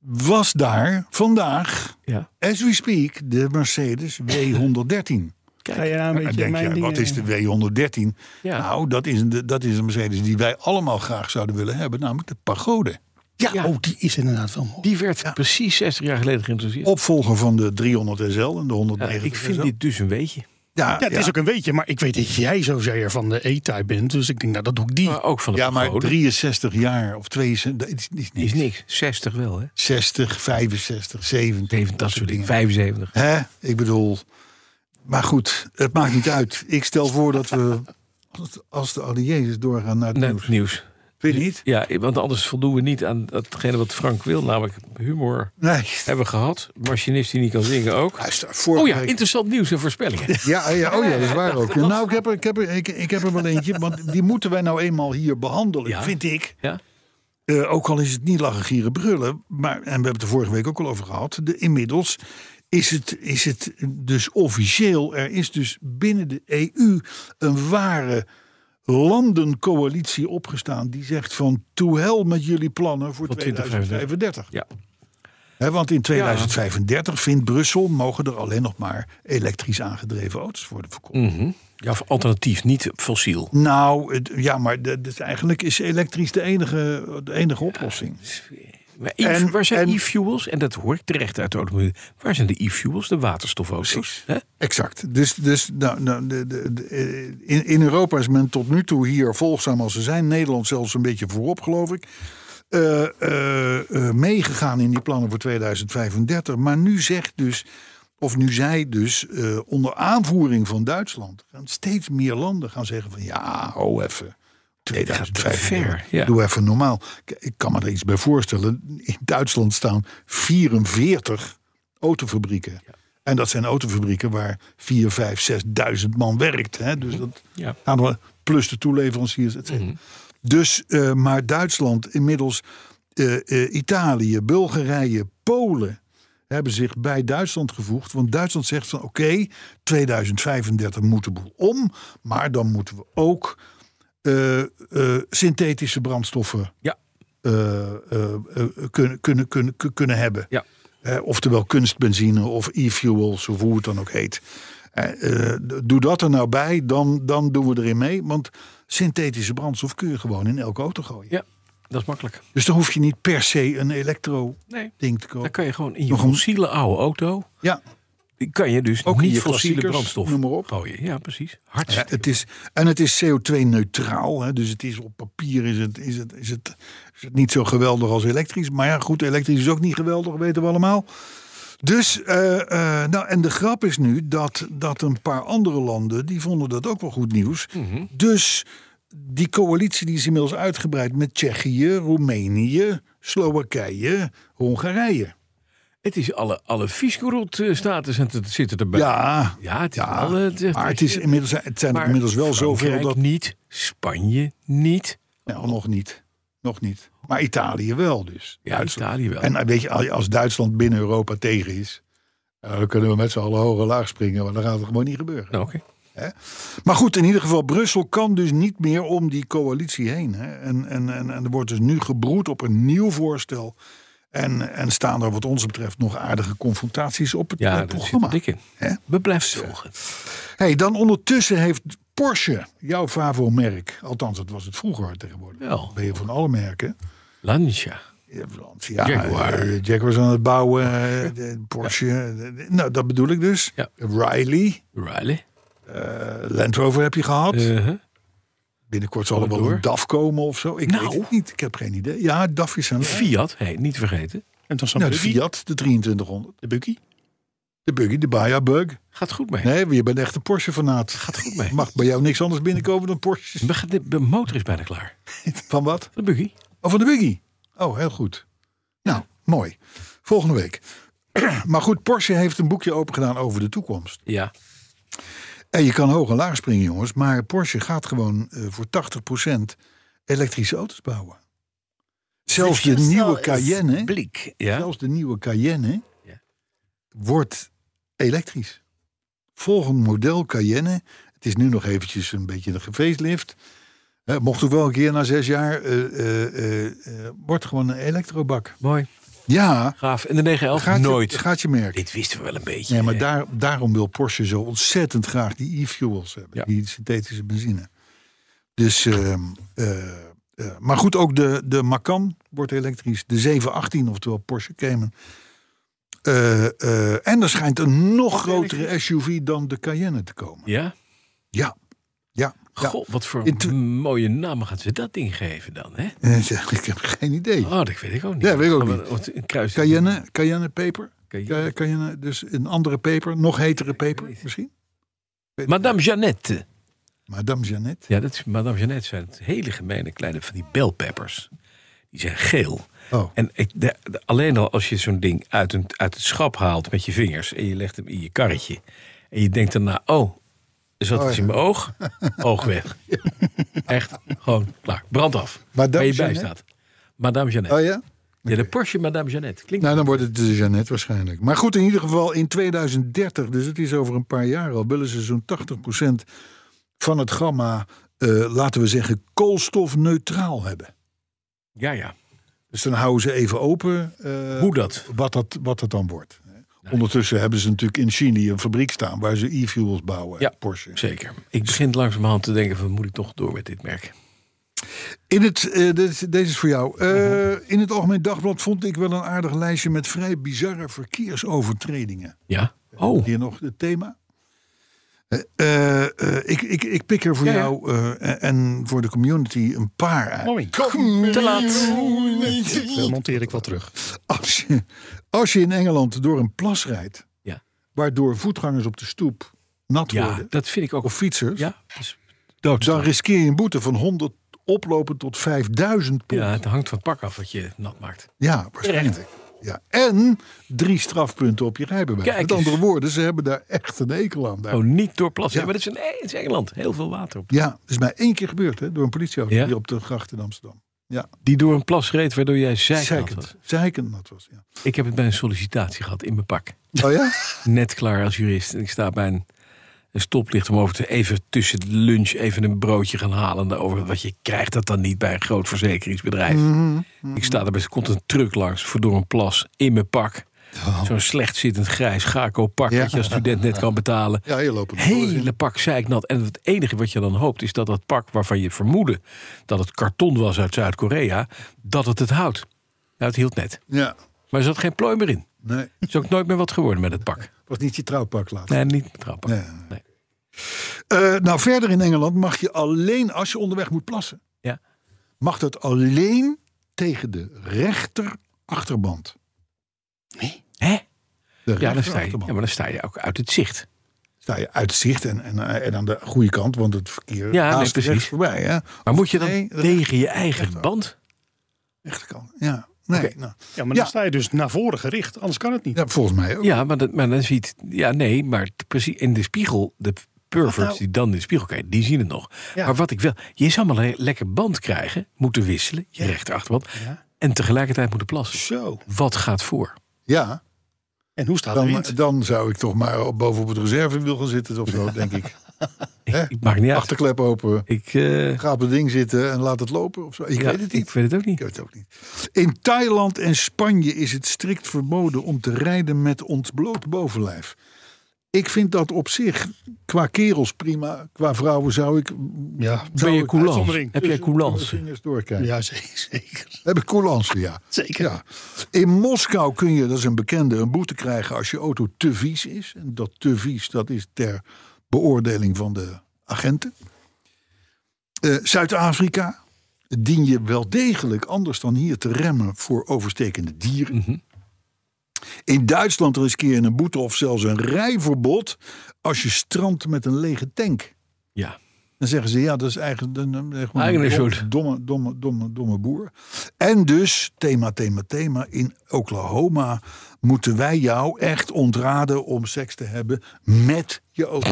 S2: Was daar vandaag,
S3: Ja.
S2: as we speak, de Mercedes W113.
S4: Ga je nou een beetje
S2: Dan
S4: mijn
S2: eh, denk je,
S4: dingen-
S2: wat is de W113?
S3: Ja.
S2: Nou, dat is, een- dat is een Mercedes die wij allemaal graag zouden willen hebben, namelijk de Pagode.
S4: Ja,
S3: Ja.
S4: oh, die is inderdaad wel mooi.
S3: Die werd precies 60 jaar geleden geïntroduceerd.
S2: Opvolger van de 300 SL en de
S3: Ja,
S2: 190
S3: ik vind
S2: SL.
S3: dit dus een weetje.
S2: Ja,
S4: Ja, het
S2: ja.
S4: is ook een weetje, maar ik weet dat jij zozeer van de E-type bent. Dus ik denk, nou, dat doe ik die.
S3: Maar ook van de
S2: Ja, maar
S3: pagode.
S2: 63 jaar of 62, dat is, is
S3: is
S2: niks.
S3: niks. 60 wel, hè?
S2: 60, 65, 70,
S3: Even dat soort dingen. 75.
S2: Hè? Ik bedoel, maar goed, het maakt niet uit. Ik stel voor dat we, als de Alliés doorgaan naar het
S3: Net
S2: nieuws.
S3: nieuws.
S2: Vind je niet?
S3: Ja, want anders voldoen we niet aan datgene wat Frank wil. Namelijk humor
S2: Nee.
S3: hebben we gehad. Machinist die niet kan zingen ook.
S2: Luister,
S3: Oh
S2: vorige
S3: ja,
S2: week-
S3: interessant nieuws en voorspellingen.
S2: Ja, ja, oh ja, dat is waar ook. Nou, ik heb, er, ik, heb er, ik, ik heb er wel eentje, want die moeten wij nou eenmaal hier behandelen,
S3: Ja.
S2: vind ik.
S3: Ja?
S2: Eh, ook al is het niet lachen, gieren, brullen, maar, en we hebben het er vorige week ook al over gehad. De, inmiddels is het, is het dus officieel, er is dus binnen de EU een ware landencoalitie opgestaan die zegt van to hell met jullie plannen voor
S3: Voor
S2: 2035.
S3: 2035. Ja.
S2: Hè, want in 2035 vindt Brussel mogen er alleen nog maar elektrisch aangedreven auto's worden verkocht.
S3: Mhm. Ja, of alternatief, niet fossiel.
S2: Nou, het- ja, maar de- dus eigenlijk is elektrisch de enige, de enige oplossing.
S3: Maar e-
S2: En-
S3: waar zijn
S2: en-
S3: e-fuels? En dat hoor ik terecht uit de automobiel. Waar zijn de e-fuels? De waterstofauto's. hè?
S2: Exact. Dus, dus nou, nou, de, de, de- eh, in, in Europa is men tot nu toe hier volgzaam als ze zijn. Nederland zelfs een beetje voorop, geloof ik. eh, eh, eh, meegegaan in die plannen voor 2035. Maar nu zegt dus, of nu zij dus, eh, onder aanvoering van Duitsland... gaan steeds meer landen gaan zeggen van ja, oh even... 2035.
S3: ver, ja.
S2: Doe even normaal. K- Ik kan me er iets bij voorstellen. In Duitsland staan 44 autofabrieken. En dat zijn autofabrieken waar 4, 5, 6.000 man werkt. Hè? Dus dat
S3: Ja.
S2: gaan we plus de toeleveranciers. et cetera. Dus, eh, maar Duitsland inmiddels, eh, eh, Italië, Bulgarije, Polen hebben zich bij Duitsland gevoegd. Want Duitsland zegt van oké, 2035 moet de boel om. Maar dan moeten we ook eh, eh, synthetische brandstoffen
S3: Ja.
S2: eh, eh, eh, kunnen, kunnen, kunnen, kunnen hebben.
S3: Ja.
S2: Eh, oftewel kunstbenzine of e-fuels of hoe het dan ook heet. Eh, eh, d- doe dat er nou bij, dan, dan doen we erin mee. Want synthetische brandstof kun je gewoon in elke auto gooien.
S3: ja, dat is makkelijk.
S2: Dus dan hoef je niet per se een elektro-ding
S3: Nee.
S2: te
S3: Dan
S2: kopen.
S3: kan je gewoon in je
S2: Nog een-
S3: fossiele oude auto...
S2: Ja,
S3: die kan je dus
S2: Ook in
S3: niet
S2: je
S3: fossiele
S2: klassiekers,
S3: brandstof
S2: noem maar op.
S3: gooien. Ja, precies. Hartstikke.
S2: ja, Dus het is, en het is CO2-neutraal. hè. Dus het is op papier is het, is, het, is, het, is het niet zo geweldig als elektrisch. Maar ja, goed, elektrisch is ook niet geweldig, weten we allemaal. Dus, eh, eh, nou, en de grap is nu dat, dat een paar andere landen, die vonden dat ook wel goed nieuws.
S3: Mhm.
S2: Dus die coalitie die is inmiddels uitgebreid met Tsjechië, Roemenië, Slowakije, Hongarije.
S3: Het is alle, alle status en het zitten erbij.
S2: Ja,
S3: Ja, het is
S2: ja,
S3: wel, eh, het is-
S2: maar het, is inmiddels, het zijn er
S3: Maar
S2: inmiddels wel zoveel
S3: Frankrijk
S2: dat...
S3: niet, Spanje niet.
S2: Nou, nog niet. Nog niet. Maar Italië wel dus.
S3: Ja, Italië wel.
S2: En eh, weet je, als Duitsland binnen Europa tegen is... eh, dan kunnen we met z'n allen hoog en laag springen. Want dan gaat het gewoon niet gebeuren.
S3: Nou, oké.
S2: Maar goed, in ieder geval, Brussel kan dus niet meer om die coalitie heen. Hè. En, en, en, en er wordt dus nu gebroed op een nieuw voorstel. En, en staan er wat ons betreft nog aardige confrontaties op het,
S3: Ja,
S2: het
S3: dat zit
S2: programma.
S3: er dik in.
S2: Hè?
S3: We blijven volgen.
S2: Hey, dan ondertussen heeft Porsche, jouw Favo-merk, althans dat was het vroeger tegenwoordig,
S3: Wel.
S2: ben je van alle merken.
S3: Lancia.
S2: Ja, want Ja,
S3: Jaguar.
S2: eh, Jaguar is aan het bouwen, eh, de Porsche. de- de- nou, dat bedoel ik dus.
S3: Ja.
S2: Riley,
S3: Riley.
S2: eh, Land Rover heb je gehad.
S3: Uh-huh.
S2: Binnenkort zal er wel
S3: door.
S2: een DAF komen of zo. Ik
S3: Nou.
S2: weet het niet, ik heb geen idee. Ja, DAF is aan het...
S3: Fiat, hey, niet vergeten.
S4: En toen zo'n
S2: Nou, de
S4: buggy.
S2: Fiat, de 2300.
S4: De buggy.
S2: De Buggy, de Baja Bug.
S3: Gaat goed mee.
S2: Nee, je bent echt een Porsche-fanaat. Gaat
S3: goed mee.
S2: Mag bij jou niks anders binnenkomen dan Porsche.
S3: We gaan- De, de motor is bijna klaar.
S2: Van wat?
S3: De buggy.
S2: Oh, van de Buggy. Oh, heel goed. Nou, mooi. Volgende week. Maar goed, Porsche heeft een boekje opengedaan over de toekomst.
S3: Ja.
S2: En je kan hoog en laag springen, jongens. Maar Porsche gaat gewoon eh, voor 80% elektrische auto's bouwen. Zelfs de nieuwe Cayenne,
S3: Blik. Ja.
S2: Hm? zelfs de nieuwe Cayenne
S3: Ja.
S2: wordt elektrisch. Volgend model Cayenne. Het is nu nog eventjes een beetje een gefeestlift. Eh, mocht ook wel een keer na zes jaar. eh, eh, eh, eh, wordt gewoon een elektrobak.
S3: Mooi.
S2: Ja,
S3: Gaaf. En de 911?
S2: gaat,
S3: Nooit.
S2: Je, gaat je merken.
S3: Dit wisten we wel een beetje.
S2: Nee, maar
S3: hè?
S2: daar, daarom wil Porsche zo ontzettend graag die e-fuels hebben.
S3: Ja.
S2: Die synthetische benzine. Dus, ehm, eh, eh, maar goed, ook de, de Macan wordt elektrisch. De 718, oftewel Porsche Cayman. Eh, eh, en er schijnt een nog grotere SUV dan de Cayenne te komen.
S3: Ja?
S2: Ja, ja. ja.
S3: Goh, wat voor
S2: In tw-
S3: mooie naam gaan ze dat ding geven dan, hè?
S2: Eh, ja, Ik heb geen idee.
S3: Oh, dat weet ik ook niet.
S2: Ja, weet ik ook
S3: Oh,
S2: niet.
S3: wat- wat Een kruis.
S2: Cayenne, Cayenne peper.
S3: Cayenne.
S2: Ca- Cayenne, dus een andere peper. Nog hetere peper misschien.
S3: Madame Jeannette.
S2: Madame Jeannette.
S3: Ja, dat is, Madame Jeannette zijn het hele gemene kleine van die belpeppers. Die zijn geel.
S2: Oh.
S3: En ik, de- de- alleen al als je zo'n ding uit, een, uit het schap haalt met je vingers en je legt hem in je karretje. En je denkt daarna, oh, er zat
S2: Oh,
S3: iets
S2: ja.
S3: in mijn oog. Oog weg. Echt, gewoon klaar. Brand af.
S2: Madame
S3: waar je bij
S2: Jeannette?
S3: staat. Madame Jeannette.
S2: Oh ja?
S3: Ja, de Porsche Madame Jeannette. Klinkt
S2: Nou, dan wordt het de Jeannette waarschijnlijk. Maar goed, in ieder geval in 2030, dus het is over een paar jaar al, willen ze zo'n 80% van het gamma, eh, laten we zeggen, koolstofneutraal hebben.
S3: Ja, ja.
S2: Dus dan houden ze even open eh,
S3: Hoe dat?
S2: Wat, dat, wat dat dan wordt. Ondertussen hebben ze natuurlijk in Chili een fabriek staan waar ze e-fuels bouwen,
S3: Ja.
S2: Porsche.
S3: Zeker. Ik begin langzamerhand te denken van moet ik toch door met dit merk.
S2: In het, eh, dit is- deze is voor jou. Eh,
S3: Mhm.
S2: In het Algemeen Dagblad vond ik wel een aardig lijstje met vrij bizarre verkeersovertredingen.
S3: Ja? Oh,
S2: Hier nog het thema. Eh, eh, eh, ik, ik, ik pik er voor
S3: Ja, ja.
S2: jou eh, en voor de community een paar uit.
S4: Mooi.
S3: te laat.
S4: Dan monteer ik wel terug.
S2: Als je, als je in Engeland door een plas rijdt,
S3: Ja.
S2: waardoor voetgangers op de stoep nat
S3: Ja,
S2: worden,
S3: dat vind ik ook.
S2: of fietsers,
S3: Ja, dus
S2: dan
S3: doodstraf.
S2: riskeer je een boete van 100 oplopen tot 5000 pond.
S3: Ja,
S2: Ja,
S3: het hangt van het pak af wat je nat maakt.
S2: waarschijnlijk. Ja, en drie strafpunten op je rijbewijs.
S3: Kijk
S2: Met
S3: eens.
S2: andere woorden, ze hebben daar echt een ekel aan. Daar.
S3: Oh, niet door plassen.
S2: Ja.
S3: Maar dat is in, eh, het is Engeland. Heel veel water op.
S2: Ja, dat is mij één keer gebeurd hè, door een politieauto
S3: Ja?
S2: hier op de gracht in Amsterdam. Ja.
S3: Die door een plas reed, waardoor jij zeiknat
S2: Zeikend.
S3: was.
S2: Zeikend nat was, ja.
S3: Ik heb het bij een sollicitatie gehad in mijn pak.
S2: Oh ja?
S3: Net klaar als jurist. En ik sta bij een, een stoplicht om over te even tussen de lunch even een broodje gaan halen. Daarover, want je krijgt dat dan niet bij een groot verzekeringsbedrijf. Ik sta daarbij, er komt een truck langs voor door een plas in mijn pak. Zo'n slecht zittend grijs Gaco pak
S2: Ja.
S3: dat je als student net kan betalen.
S2: Ja, heel lopend.
S3: hele pak zeiknat. En het enige wat je dan hoopt is dat dat pak waarvan je vermoedde dat het karton was uit Zuid-Korea, dat het het houdt. Nou, het hield net.
S2: Ja,
S3: Maar er zat geen plooi meer in.
S2: nee.
S3: Er is ook nooit meer wat geworden met het pak.
S2: Was niet je trouwpak laten.
S3: Nee, niet betrappen.
S2: Nee.
S3: Nee.
S2: Eh, nou, verder in Engeland mag je alleen, als je onderweg moet plassen,
S3: Ja.
S2: mag dat alleen tegen de rechter achterband.
S3: Hè?
S2: De
S3: Ja, dan
S2: rechter
S3: sta je, ja, maar dan sta je ook uit het zicht.
S2: Sta je uit zicht en, en, en aan de goede kant, want het verkeer
S3: Ja, nee,
S2: haast
S3: precies.
S2: rechts voorbij. Hè?
S3: Maar moet je dan
S2: Nee, de
S3: tegen je eigen
S2: rechter.
S3: band?
S2: rechterkant. Ja, nee.
S3: Oké.
S2: Nou,
S4: Ja, maar
S2: Ja.
S4: dan sta je dus naar voren gericht. Anders kan het niet.
S2: ja, volgens mij ook.
S3: Ja, maar, dat, maar dan ziet... Ja, nee, maar t- precies in de spiegel... De perverts
S4: nou?
S3: die dan in de spiegel kijken, die zien het nog.
S4: Ja.
S3: Maar wat ik wel... Je zou maar le- lekker band krijgen, moeten wisselen, je rechterachterband...
S4: Ja.
S3: en tegelijkertijd moeten plassen.
S4: Zo.
S3: Wat gaat voor?
S2: Ja,
S4: En hoe staat de
S2: dan,
S4: wind?
S2: dan zou ik toch maar op- boven op het reservewiel gaan zitten of zo, denk ik.
S3: Ik maak niet uit.
S2: Achterklep open.
S3: Ik, eh,
S2: Ga op het ding zitten en laat het lopen of zo. Ik
S3: ja,
S2: weet het niet.
S3: Ik weet het ook
S2: Ik
S3: niet.
S2: weet het ook niet. In Thailand en Spanje is het strikt verboden om te rijden met ontbloot bovenlijf. Ik vind dat op zich qua kerels prima. Qua vrouwen zou ik. Ja,
S3: Ben
S2: zou
S3: je
S2: ik-
S3: coulance?
S4: uitzondering.
S3: Heb jij
S2: Mijn
S3: coulance?
S2: vingers doorkijken.
S4: Ja, zeker.
S2: Heb ik coulance, ja.
S4: Zeker.
S2: Ja. In Moskou kun je, dat is een bekende, een boete krijgen als je auto te vies is. En dat te vies, dat is ter beoordeling van de agenten. Eh, Zuid-Afrika dien je wel degelijk anders dan hier te remmen voor overstekende dieren. In Duitsland riskeer je een boete of zelfs een rijverbod als je strandt met een lege tank.
S3: Ja.
S2: Dan zeggen ze, ja, dat is eigenlijk een, een, een- gewoon
S3: Eigenlijk
S2: een
S3: een
S2: dom-
S3: soort-
S2: domme, domme, domme, domme boer. En dus, thema, thema, thema, in Oklahoma moeten wij jou echt ontraden om seks te hebben met je auto.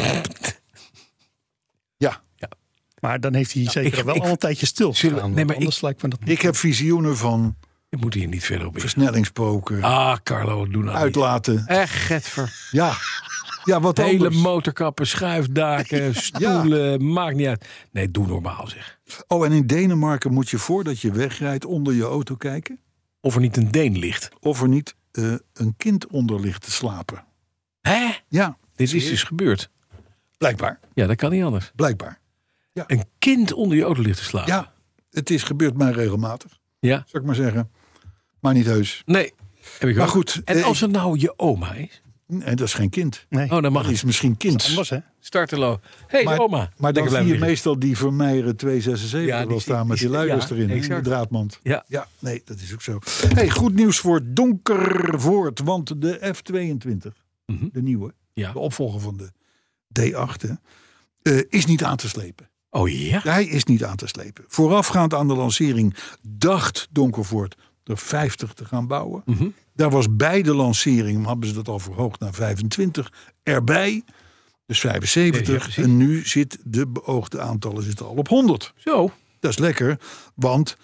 S2: Ja,
S4: Maar dan heeft hij zeker
S3: ik-
S4: wel
S3: ik-
S4: al een tijdje stil.
S3: Zullen we-
S4: gestaan,
S3: nee,
S4: want
S3: maar
S4: anders lijkt me dat
S2: ik heb visioenen van
S3: Je moet hier niet verder op in.
S2: versnellingspoken,
S3: Ah, Carlo, doe nou niet.
S2: uitlaten.
S3: Echt, getver.
S2: Ja, ja wat
S3: Hele
S2: anders.
S3: motorkappen, schuifdaken, stoelen, maakt niet uit. Nee, doe normaal zeg.
S2: Oh, en in Denemarken moet je voordat je wegrijdt onder je auto kijken
S3: Of er niet een Deen ligt.
S2: of er niet eh, een kind onder ligt te slapen.
S3: Hè?
S2: Ja,
S3: Dit is dus gebeurd.
S2: blijkbaar,
S3: Ja, dat kan niet anders.
S2: blijkbaar.
S3: Een kind onder je auto ligt te slapen.
S2: Ja, het is gebeurt mij regelmatig.
S3: Ja.
S2: zou ik maar zeggen. Maar niet heus.
S3: Nee. Heb ik
S2: Maar
S3: ook.
S2: goed,
S3: En
S2: eh,
S3: als het nou je oma is?
S2: En dat is geen kind.
S4: Nee,
S3: Oh, dan mag
S2: Dat is
S3: het.
S2: misschien kind.
S4: anders hè.
S3: Startelo. Hé, hey,
S2: Maar,
S3: oma.
S2: maar dan
S3: Lekker
S2: zie
S3: blijven
S2: je
S3: liggen.
S2: meestal die Vermeijeren 276
S3: Ja, die
S2: wel
S3: zie-
S2: staan met
S3: die
S2: die
S3: zie-
S2: luiders
S3: ja,
S2: erin. hè,
S3: exact.
S2: Die draadmand.
S3: Ja.
S2: ja, nee, dat is ook zo. Hey, goed nieuws voor Donkervoort. Want de F-22,
S3: Mhm.
S2: de nieuwe,
S3: Ja.
S2: de opvolger van de D-8... hè, eh, is niet aan te slepen.
S3: Oh ja?
S2: Hij is niet aan te slepen. Voorafgaand aan de lancering dacht Donkervoort er 50 te gaan bouwen. Daar was bij de lancering, hebben ze dat al verhoogd naar 25, erbij. Dus 75. en nu zit de beoogde aantallen zitten al op 100.
S3: Zo.
S2: Dat is lekker, want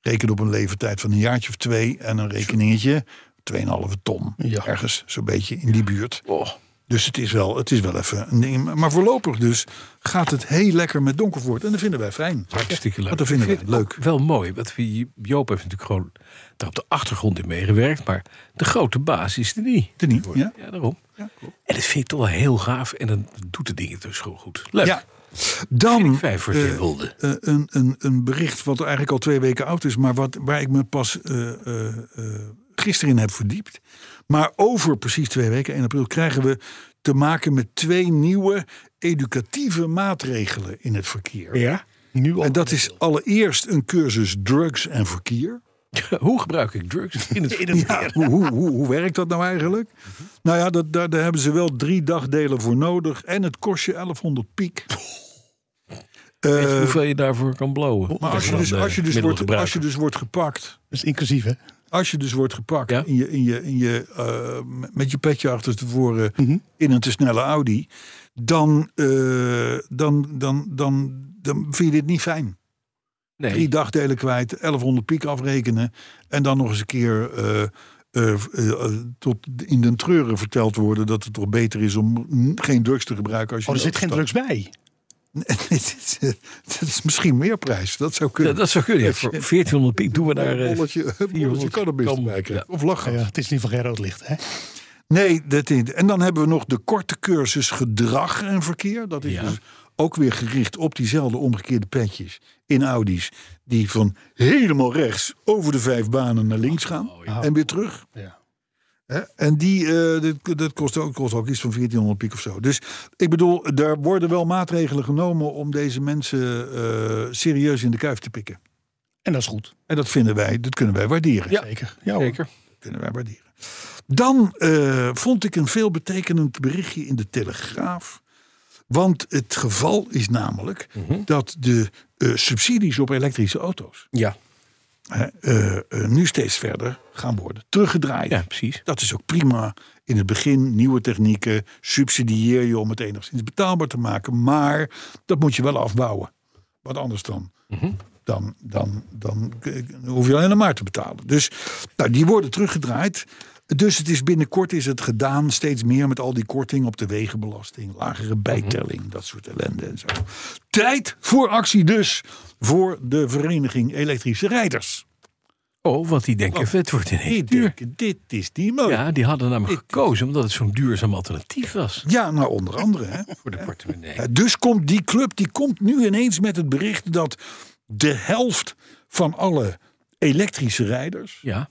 S2: reken op een levertijd van een jaartje of twee en een rekeningetje. 2,5 ton,
S4: Ja.
S2: ergens zo'n beetje in die buurt.
S3: Oh.
S2: Dus het is, wel, het is wel even een ding. Maar voorlopig dus gaat het heel lekker met Donkervoort. En dat vinden wij fijn.
S3: Hartstikke leuk.
S2: Want dat vinden
S3: Ik
S2: wij
S3: vind het
S2: leuk.
S3: ook Wel mooi. Want wie- Joop heeft natuurlijk gewoon daar op de achtergrond in meegewerkt. Maar de grote baas is er niet.
S2: Te niet, ja?
S3: Ja, daarom. En dat vind ik toch wel heel gaaf. En dan doet de dingen dus gewoon goed. Leuk.
S2: Ja.
S3: Vind
S2: Dan
S3: ik fijn voor
S2: eh,
S3: Jim Hulde.
S2: eh, een, een, een bericht wat eigenlijk al twee weken oud is, maar wat, waar ik me pas eh, eh, eh, gisteren in heb verdiept. Maar over precies twee weken, 1 april, krijgen we te maken met twee nieuwe educatieve maatregelen in het verkeer.
S4: Ja. Nu al.
S2: En dat is allereerst een cursus drugs en verkeer.
S3: Hoe gebruik ik drugs in het
S2: Ja, hoe, hoe, hoe, hoe werkt dat nou eigenlijk? Nou ja, dat, daar, daar hebben ze wel drie dagdelen voor nodig. En het kost je 1100 piek.
S3: Weet je
S2: Eh,
S3: hoeveel je daarvoor kan blowen?
S2: maar als je,
S3: eh,
S2: dus, als, je dus wordt, als je dus wordt gepakt.
S4: is inclusief hè. Oh,
S2: Als je dus wordt gepakt
S3: Ja.
S2: in je, in je, in je, eh, met je petje achter tevoren
S3: Mhm.
S2: in een te snelle Audi, dan, eh, dan, dan, dan, dan vind je dit niet fijn. Drie
S3: Nee,
S2: dagdelen kwijt, 1100 piek afrekenen. En dan nog eens een keer eh, eh, eh, eh, tot in den treuren verteld worden dat het toch beter is om mm, geen drugs te gebruiken. Als je
S4: Oh, er
S2: in
S4: zit
S2: de
S4: geen
S2: auto
S4: drugs bij.
S2: stapt. dat is misschien meer prijs. Dat zou kunnen.
S3: dat, dat zou kunnen. Ja, voor 1400 piek doen we daar...
S2: een
S3: eh,
S2: bolletje, een bolletje
S3: 400
S2: cannabis
S3: gram,
S2: erbij krijgen. Of lachen.
S4: Ja, het is in ieder geval geen rood licht hè.
S2: Nee, dat niet. En dan hebben we nog de korte cursus gedrag en verkeer. Dat is
S3: Ja.
S2: dus ook weer gericht op diezelfde omgekeerde petjes in Audi's. Die van helemaal rechts over de vijf banen naar links gaan. En weer terug.
S4: Ja.
S2: Hè? En die, eh, dit- dat kost ook, kost ook iets van 1400 piek of zo. Dus ik bedoel, er worden wel maatregelen genomen om deze mensen eh, serieus in de kuif te pikken.
S4: En dat is goed.
S2: En dat vinden wij, dat kunnen wij waarderen.
S3: Ja.
S4: Zeker. Ja, hoor.
S3: Zeker.
S2: kunnen wij waarderen. Dan eh, vond ik een veelbetekenend berichtje in de Telegraaf. Want het geval is namelijk dat de eh, subsidies op elektrische auto's
S3: Ja.
S2: hè, eh, eh, nu steeds verder gaan worden teruggedraaid.
S3: ja, precies.
S2: Dat is ook prima. In het begin nieuwe technieken subsidieer je om het enigszins betaalbaar te maken. Maar dat moet je wel afbouwen. Wat anders dan. eh, Dan, dan, dan, k- hoef je alleen maar te betalen. Dus nou, die worden teruggedraaid. Dus het is binnenkort is het gedaan steeds meer met al die korting op de wegenbelasting, lagere bijtelling, dat soort ellende en zo. Tijd voor actie dus voor de vereniging elektrische rijders.
S3: Oh, want die denken, het wordt
S2: Die
S3: ineens duur.
S2: denken, dit is die mooi. Ja.
S3: Ja, die hadden namelijk gekozen omdat het zo'n duurzaam alternatief was.
S2: nou onder andere. Hè.
S3: Voor de portemonnee.
S2: Ja, dus komt die club die komt nu ineens met het bericht dat de helft van alle elektrische rijders
S3: Ja,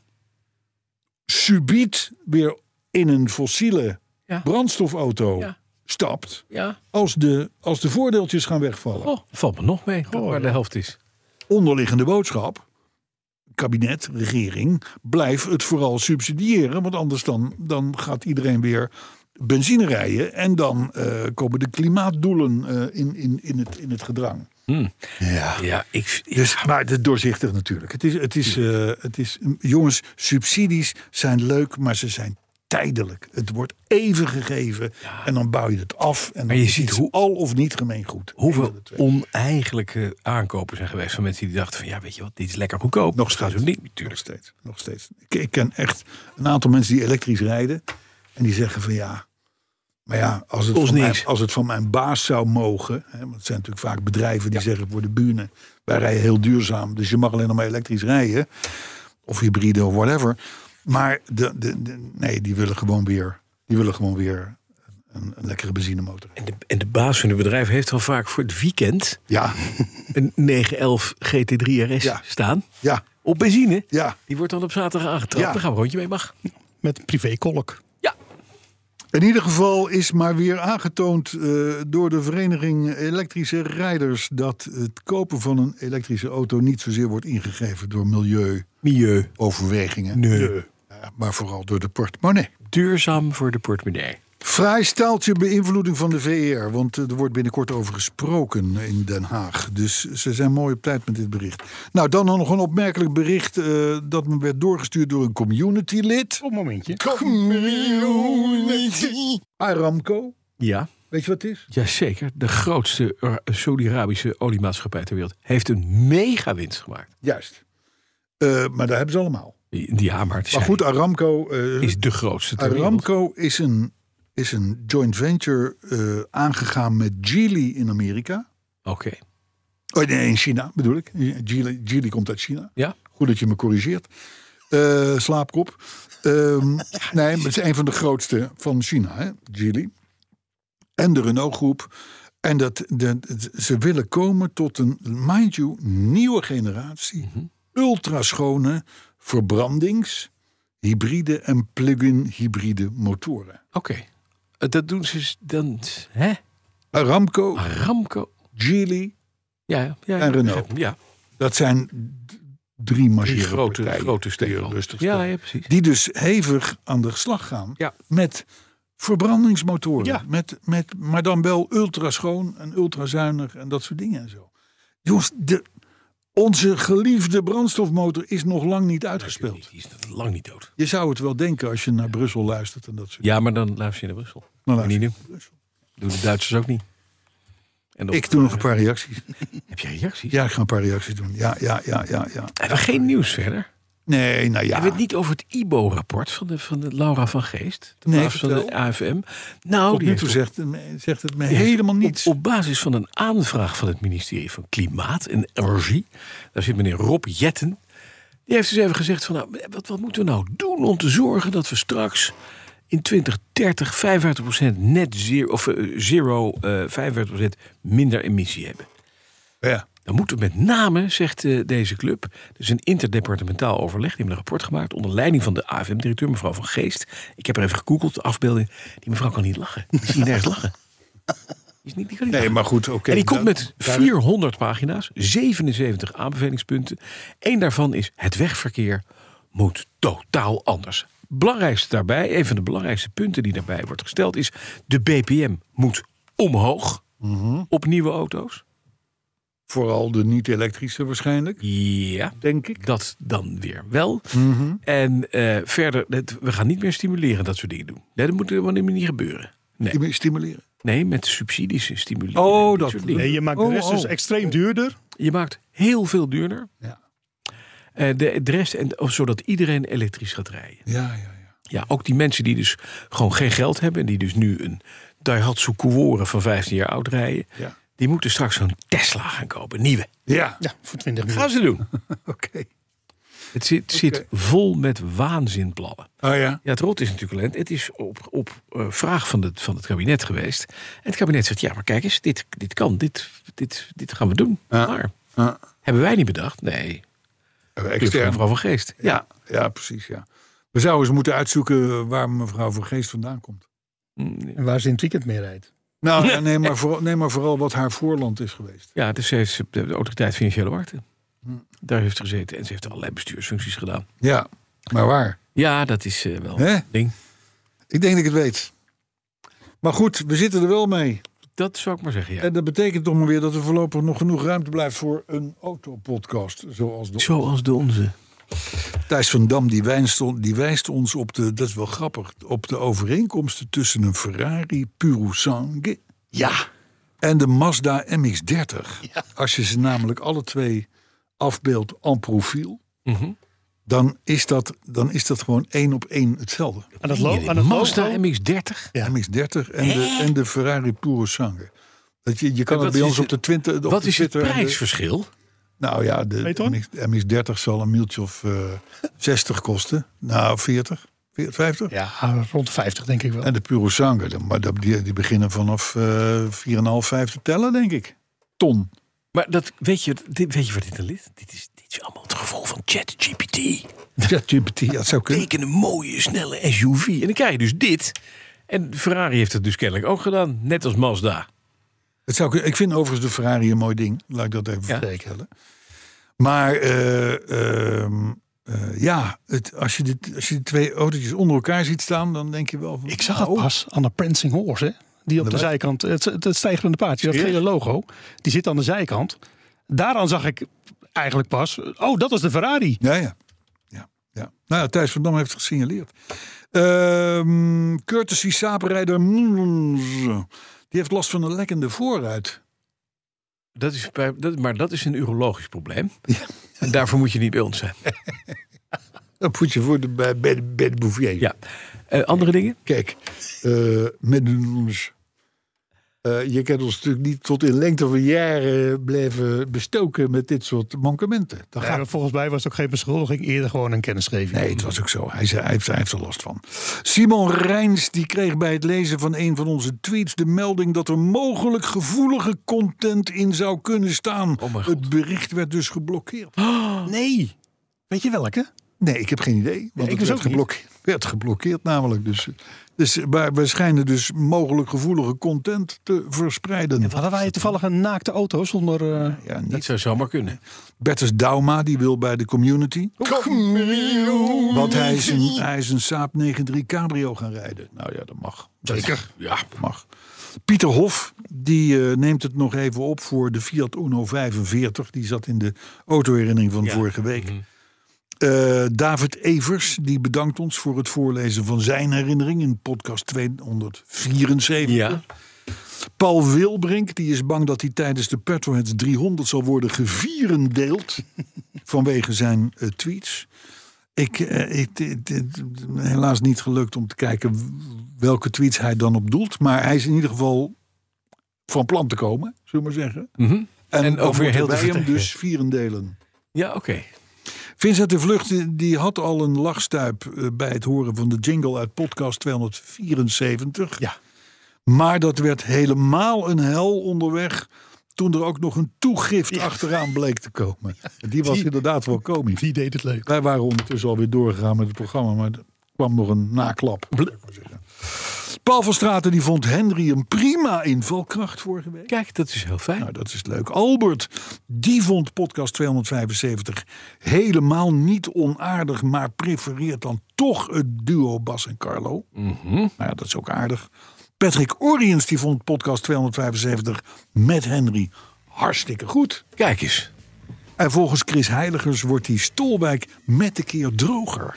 S2: subiet weer in een fossiele
S3: Ja.
S2: brandstofauto
S3: Ja.
S2: stapt.
S3: ja.
S2: Als de, als de voordeeltjes gaan wegvallen.
S3: Oh, valt me nog mee dat waar de helft is.
S2: Onderliggende boodschap. Kabinet, regering, blijf het vooral subsidiëren. Want anders dan, dan gaat iedereen weer benzine rijden. En dan eh, komen de klimaatdoelen eh, in, in, in, het, in het gedrang. Ja.
S3: Ja, ik,
S2: Dus, maar het is doorzichtig natuurlijk. Het is, het is, eh, het is, jongens, subsidies zijn leuk, maar ze zijn tijdelijk. Het wordt even gegeven en dan bouw je het af. En dan
S3: je
S2: is
S3: ziet
S2: iets
S3: hoe-
S2: al of niet gemeengoed. Eén
S3: hoeveel
S2: van de twee.
S3: oneigenlijke aankopen zijn geweest van mensen die dachten van ja, weet je wat, dit is lekker goedkoop.
S2: Nog
S3: staat
S2: steeds.
S3: hem niet
S2: Nog
S3: natuurlijk.
S2: steeds. Nog steeds. Ik, ik ken echt een aantal mensen die elektrisch rijden. En die zeggen van ja. Maar ja, als het,
S3: Kost
S2: van mijn,
S3: niks.
S2: als het van mijn baas zou mogen. Hè, want het zijn natuurlijk vaak bedrijven die zeggen voor de buren. Wij rijden heel duurzaam. Dus je mag alleen nog maar elektrisch rijden. Of hybride of whatever. Maar de, de, de- nee, die willen gewoon weer. Die willen gewoon weer een, een lekkere benzinemotor.
S3: En de, en de baas van het bedrijf heeft al vaak voor het weekend
S2: Ja,
S3: een 911 GT3 RS
S2: Ja.
S3: staan.
S2: ja,
S3: Op benzine.
S2: ja.
S3: Die wordt dan op zaterdag aangetrapt.
S2: Ja.
S3: Dan gaan we een rondje mee mag.
S4: Met een privékolk.
S3: Ja.
S2: In ieder geval is maar weer aangetoond eh, door de vereniging Elektrische Rijders dat het kopen van een elektrische auto niet zozeer wordt ingegeven door milieuoverwegingen,
S3: Milieu. Nee.
S2: eh, maar vooral door de portemonnee.
S3: Duurzaam voor de portemonnee.
S2: Fraai staaltje beïnvloeding van de VR, want eh, er wordt binnenkort over gesproken in Den Haag. Dus ze zijn mooi op tijd met dit bericht. Nou, dan nog een opmerkelijk bericht eh, dat me werd doorgestuurd door een community-lid.
S4: Op een momentje.
S2: Aramco,
S3: Ja.
S2: weet je wat het is?
S3: Jazeker. De grootste Ra- Saudi-Arabische oliemaatschappij ter wereld heeft een mega winst gemaakt.
S2: Juist. Eh, maar daar hebben ze allemaal.
S3: Die ja, maar het
S2: Maar
S3: zijn-
S2: goed, Aramco, eh,
S3: is de grootste ter wereld.
S2: Aramco is, een, is een joint venture eh, aangegaan met Geely in Amerika.
S3: Oké.
S2: Oh nee, in China bedoel ik. Geely, Geely komt uit China.
S3: Ja.
S2: Goed dat je me corrigeert. Eh, slaapkop. Ehm, nee, maar het is een van de grootste van China, hè? Geely. En de Renault-groep. En dat, de, het- ze willen komen tot een, mind you, nieuwe generatie.
S3: Mhm.
S2: Ultraschone verbrandings, hybride en plug-in hybride motoren.
S3: Oké. Eh, Dat doen ze s- dan. s- Hè?
S2: Aramco,
S3: Ah. Aramco.
S2: Geely,
S3: Ja, ja, ja.
S2: En Renault.
S3: Ja.
S2: dat zijn d- drie majeure
S3: grote-
S2: partijen.
S3: grote steden.
S2: Heel Rustig
S3: Ja,
S2: stellen.
S3: ja, precies.
S2: Die dus hevig aan de slag gaan
S3: Ja.
S2: met verbrandingsmotoren.
S4: Ja.
S2: Met, met, maar dan wel ultraschoon en ultrazuinig en dat soort dingen en zo. Jongens, de, onze geliefde brandstofmotor is nog lang niet uitgespeeld.
S3: Die is nog lang niet dood.
S2: Je zou het wel denken als je naar Brussel luistert en dat soort
S3: Ja, maar dan luister je naar Brussel.
S2: Maar luister
S3: Niet doen. Doen de Duitsers ook niet. En dan-
S2: Ik doe nog een paar reacties.
S3: Heb je reacties?
S2: Ja, ik ga een paar reacties doen. Ja, ja, ja, ja, ja.
S3: Hebben we geen nieuws verder?
S2: Nee, nou ja.
S3: Hebben we het niet over het IBO-rapport van de, van de Laura van Geest? De
S2: Nee,
S3: baas van de
S2: vertel.
S3: AFM. Nou,
S2: Tot
S3: die
S2: nu
S3: heeft
S2: toe
S3: op-
S2: zegt, eh, zegt het me
S3: die heeft
S2: helemaal
S3: op-
S2: niets.
S3: Op, basis van een aanvraag van het ministerie van Klimaat en Energie. Daar zit meneer Rob Jetten. Die heeft dus even gezegd van, nou, wat, wat moeten we nou doen om te zorgen dat we straks in 2030 55% net zero, of eh, zero eh, 55% minder emissie hebben.
S2: Ja.
S3: Dan moeten we met name, zegt eh, deze club, dus een interdepartementaal overleg. Die hebben een rapport gemaakt onder leiding van de AFM-directeur, mevrouw Van Geest. Ik heb er even gegoogeld, de afbeelding. Die mevrouw kan niet lachen. Die zie je nergens lachen. Die, is niet, die kan niet
S2: Nee,
S3: lachen.
S2: maar goed, oké.
S3: en die komt
S2: dan-
S3: met
S2: daar-
S3: 400 pagina's, 77 aanbevelingspunten. Eén daarvan is het wegverkeer moet totaal anders. Belangrijkste daarbij, een van de belangrijkste punten die daarbij wordt gesteld is... de BPM moet omhoog op nieuwe auto's.
S2: Mhm. Vooral de niet-elektrische waarschijnlijk,
S3: Ja.
S2: denk ik.
S3: Dat dan weer wel.
S2: Mhm.
S3: En eh, verder, het- we gaan niet meer stimuleren dat soort dingen doen. Nee, dat moet helemaal niet meer gebeuren. Nee,
S2: Die Stimuleren.
S3: nee met subsidies stimuleren.
S2: Oh,
S3: en dit
S2: dat-
S3: soort dingen.
S4: Nee, je maakt
S2: Oh,
S4: de rest dus
S2: oh.
S4: extreem duurder.
S3: Je maakt heel veel duurder.
S2: Ja.
S3: Eh, de, de rest, en, of zodat iedereen elektrisch gaat rijden.
S2: Ja, ja, ja.
S3: Ja, ook die mensen die dus gewoon geen geld hebben... en die dus nu een Daihatsu Couore van 15 jaar oud rijden...
S2: Ja.
S3: die moeten straks zo'n Tesla gaan kopen, een nieuwe.
S2: Ja,
S4: Ja, voor 20 miljoen.
S3: Gaan ze doen.
S2: oké.
S3: Het zit, zit vol met waanzinplannen.
S2: Oh ja.
S3: Ja, het rot is natuurlijk alleen. Het is op, op eh, vraag van het, van het kabinet geweest. En het kabinet zegt: ja, maar kijk eens, dit, dit kan, dit, dit, dit gaan we doen.
S2: Ja.
S3: Maar
S2: Ja.
S3: hebben wij niet bedacht? Nee,
S2: Extern.
S3: Extern. mevrouw van Geest. Ja.
S2: Ja, ja, precies. Ja. We zouden eens moeten uitzoeken waar mevrouw van Geest vandaan komt.
S3: Mm,
S4: En waar ze in het weekend mee rijdt.
S2: Nou, ja, nee, maar vooral, nee, maar vooral wat haar voorland is geweest.
S3: ja, dus ze heeft ze- de autoriteit financiële markten.
S2: Hm.
S3: Daar heeft ze gezeten en ze heeft allerlei bestuursfuncties gedaan.
S2: Ja, maar waar?
S3: Ja, dat is eh, wel
S2: Hè?
S3: een ding.
S2: Ik denk dat ik het weet. Maar goed, we zitten er wel mee.
S3: Dat zou ik maar zeggen. Ja.
S2: En dat betekent toch maar weer dat er voorlopig nog genoeg ruimte blijft voor een autopodcast. Zoals de
S3: Zoals de
S2: Oh,
S3: onze.
S2: Thijs van Dam die wijst, on- die wijst ons op de, dat is wel grappig, op de overeenkomsten tussen een Ferrari Purosangue
S4: Ja.
S2: en de Mazda MX-30. Als je ze namelijk alle twee afbeeldt en profiel,
S3: Mhm.
S2: dan is dat, dan is dat gewoon één op één hetzelfde.
S4: Aan het, lo- aan
S3: De
S4: het
S3: Mazda
S4: logo.
S3: MX-30.
S4: Ja.
S2: MX-30 en de, en de Ferrari Purosangue. Dat je, je kan het
S3: En
S2: bij
S3: wat is
S2: ons op
S3: het-
S2: de, twintig, op
S3: Wat
S2: de
S3: is het
S2: Twitter en dus- de-
S3: prijsverschil?
S2: nou ja,
S4: Weet je
S2: de
S4: hoor.
S2: MX, MX-30 zal een mieltje of eh, 60 kosten. Nou, 40, 50.
S4: Ja, rond de 50 denk ik wel.
S2: En de Puro Sangue, de- maar dat- die, die beginnen vanaf eh 4,5, 5 te tellen, denk ik. Ton.
S3: Maar dat, weet, je, dit, weet je wat dit dan ligt? Dit is, dit is allemaal het gevolg van ChatGPT.
S2: ChatGPT, ja, dat zou kunnen.
S3: Teken een mooie, snelle SUV. En dan krijg je dus dit. En Ferrari heeft het dus kennelijk ook gedaan. Net als Mazda.
S2: Het zou kunnen. Ik vind overigens de Ferrari een mooi ding. Laat ik dat even
S3: Ja.
S2: vertellen. Maar eh, ehm, eh, ja, het, als, je dit, als je die twee autootjes onder elkaar ziet staan, dan denk je wel van...
S4: Ik zag het pas aan de prancing horse, hè? Die op Nou. de
S2: wat?
S4: zijkant, het, het, het stijgerende paardje, dat
S2: Serieus?
S4: gele logo, die zit aan de zijkant. Daaraan zag ik eigenlijk pas, oh, dat is de Ferrari.
S2: Ja, ja. ja, ja. Nou ja, Thijs van Dam heeft het gesignaleerd. Ehm courtesy saaprijder Mons. mm, Die heeft last van een lekkende voorruit.
S3: Dat is bij, dat, maar dat is een urologisch probleem. En daarvoor moet je niet bij ons zijn.
S2: Dat moet je voor de, bij, bij, de- bij de Bouvier.
S3: Ja. Eh, andere dingen?
S2: Kijk, eh, met ons. eh, je kan ons natuurlijk niet tot in lengte van jaren blijven bestoken met dit soort mankementen. Dat gaat
S4: Ja, volgens mij was het ook geen beschuldiging, eerder gewoon een kennisgeving.
S2: Nee, het was ook zo. Hij, zei, hij, heeft, hij heeft er last van. Simon Rijns die kreeg bij het lezen van een van onze tweets de melding dat er mogelijk gevoelige content in zou kunnen staan.
S3: Oh mijn God.
S2: het bericht werd dus geblokkeerd.
S4: Nee. Weet je welke?
S2: Nee, ik heb geen idee. Want
S4: ik
S2: het
S4: dus
S2: werd,
S4: ook niet.
S2: geblokkeerd, werd geblokkeerd namelijk. Dus, dus maar we schijnen dus mogelijk gevoelige content te verspreiden.
S4: Hadden wij toevallig een naakte auto zonder... eh,
S2: Ja,
S3: Dat
S2: niet.
S3: zou zomaar kunnen.
S2: Bertus Dauma die wil bij de community. Want hij is een, hij is een Saab 93 Cabrio gaan rijden. Nou ja, dat mag. Zeker. Ja, dat mag. Pieter Hof die eh, neemt het nog even op voor de Fiat Uno 45. Die zat in de autoherinnering van vorige week. Eh, David Evers die bedankt ons voor het voorlezen van zijn herinnering in podcast 274.
S3: Ja.
S2: Paul Wilbrink die is bang dat hij tijdens de Petroheads 300 zal worden gevierendeeld. vanwege zijn eh, tweets. Ik, eh, ik, dit- dit- helaas niet gelukt om te kijken w- welke tweets hij dan op doelt. Maar hij is in ieder geval van plan te komen, zullen we maar zeggen.
S3: Mhm. En
S2: dan
S3: ook weer
S2: moeten
S3: heel te
S2: wij hem
S3: vertrekken.
S2: dus vierendelen.
S3: Ja, oké.
S2: Vincent de Vlucht die had al een lachstuip eh, bij het horen van de jingle uit podcast 274.
S4: Ja.
S2: Maar dat werd helemaal een hel onderweg toen er ook nog een toegift achteraan bleek te komen. Die was
S4: Die-
S2: inderdaad wel komisch.
S4: Die deed het leuk.
S2: Wij waren ondertussen alweer doorgegaan met het programma, maar er kwam nog een naklap. Paul van Straten die vond Henry een prima invalkracht vorige week.
S3: Kijk, dat is heel fijn.
S2: Nou, dat is leuk. Albert, die vond podcast 275 helemaal niet onaardig, maar prefereert dan toch het duo Bas en Carlo. Nou ja, dat is ook aardig. Patrick Oriens, die vond podcast 275 met Henry hartstikke goed.
S3: Kijk eens.
S2: En volgens Chris Heiligers wordt die Stolwijk met de keer droger.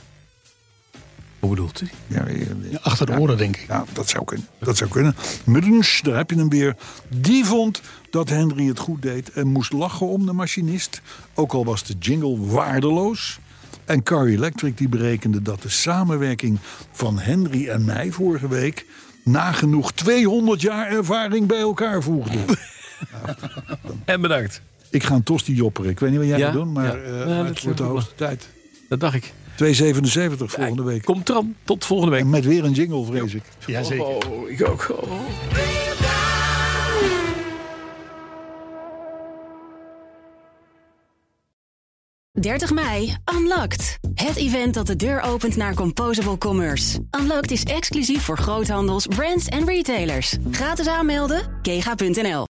S3: Hoe bedoelt u?
S2: Ja, ja,
S4: Ja,
S2: ja.
S4: Achter de oren, denk ik.
S2: Ja, dat zou kunnen. Dat zou kunnen. Muddens, daar heb je hem weer. Die vond dat Henry het goed deed en moest lachen om de machinist. Ook al was de jingle waardeloos. En Car Electric die berekende dat de samenwerking van Henry en mij vorige week nagenoeg 200 jaar ervaring bij elkaar voegde.
S3: En bedankt.
S2: Ik ga een tosti jopperen. Ik weet niet wat jij
S3: Ja,
S2: gaat doen, maar
S3: ja.
S2: eh,
S3: Ja,
S2: maar
S3: dat
S2: het wordt de
S3: is
S2: hoogste tijd.
S3: Dat dacht ik.
S2: 2,77 volgende week.
S3: Kom tram. Tot volgende week.
S2: En met weer een jingle, vrees ik.
S4: Jazeker.
S3: Oh, ik ook. Oh.
S6: Op 30 mei, Unlocked. Het event dat de deur opent naar Composable Commerce. Unlocked is exclusief voor groothandels, brands en retailers. Gratis aanmelden, kega.nl.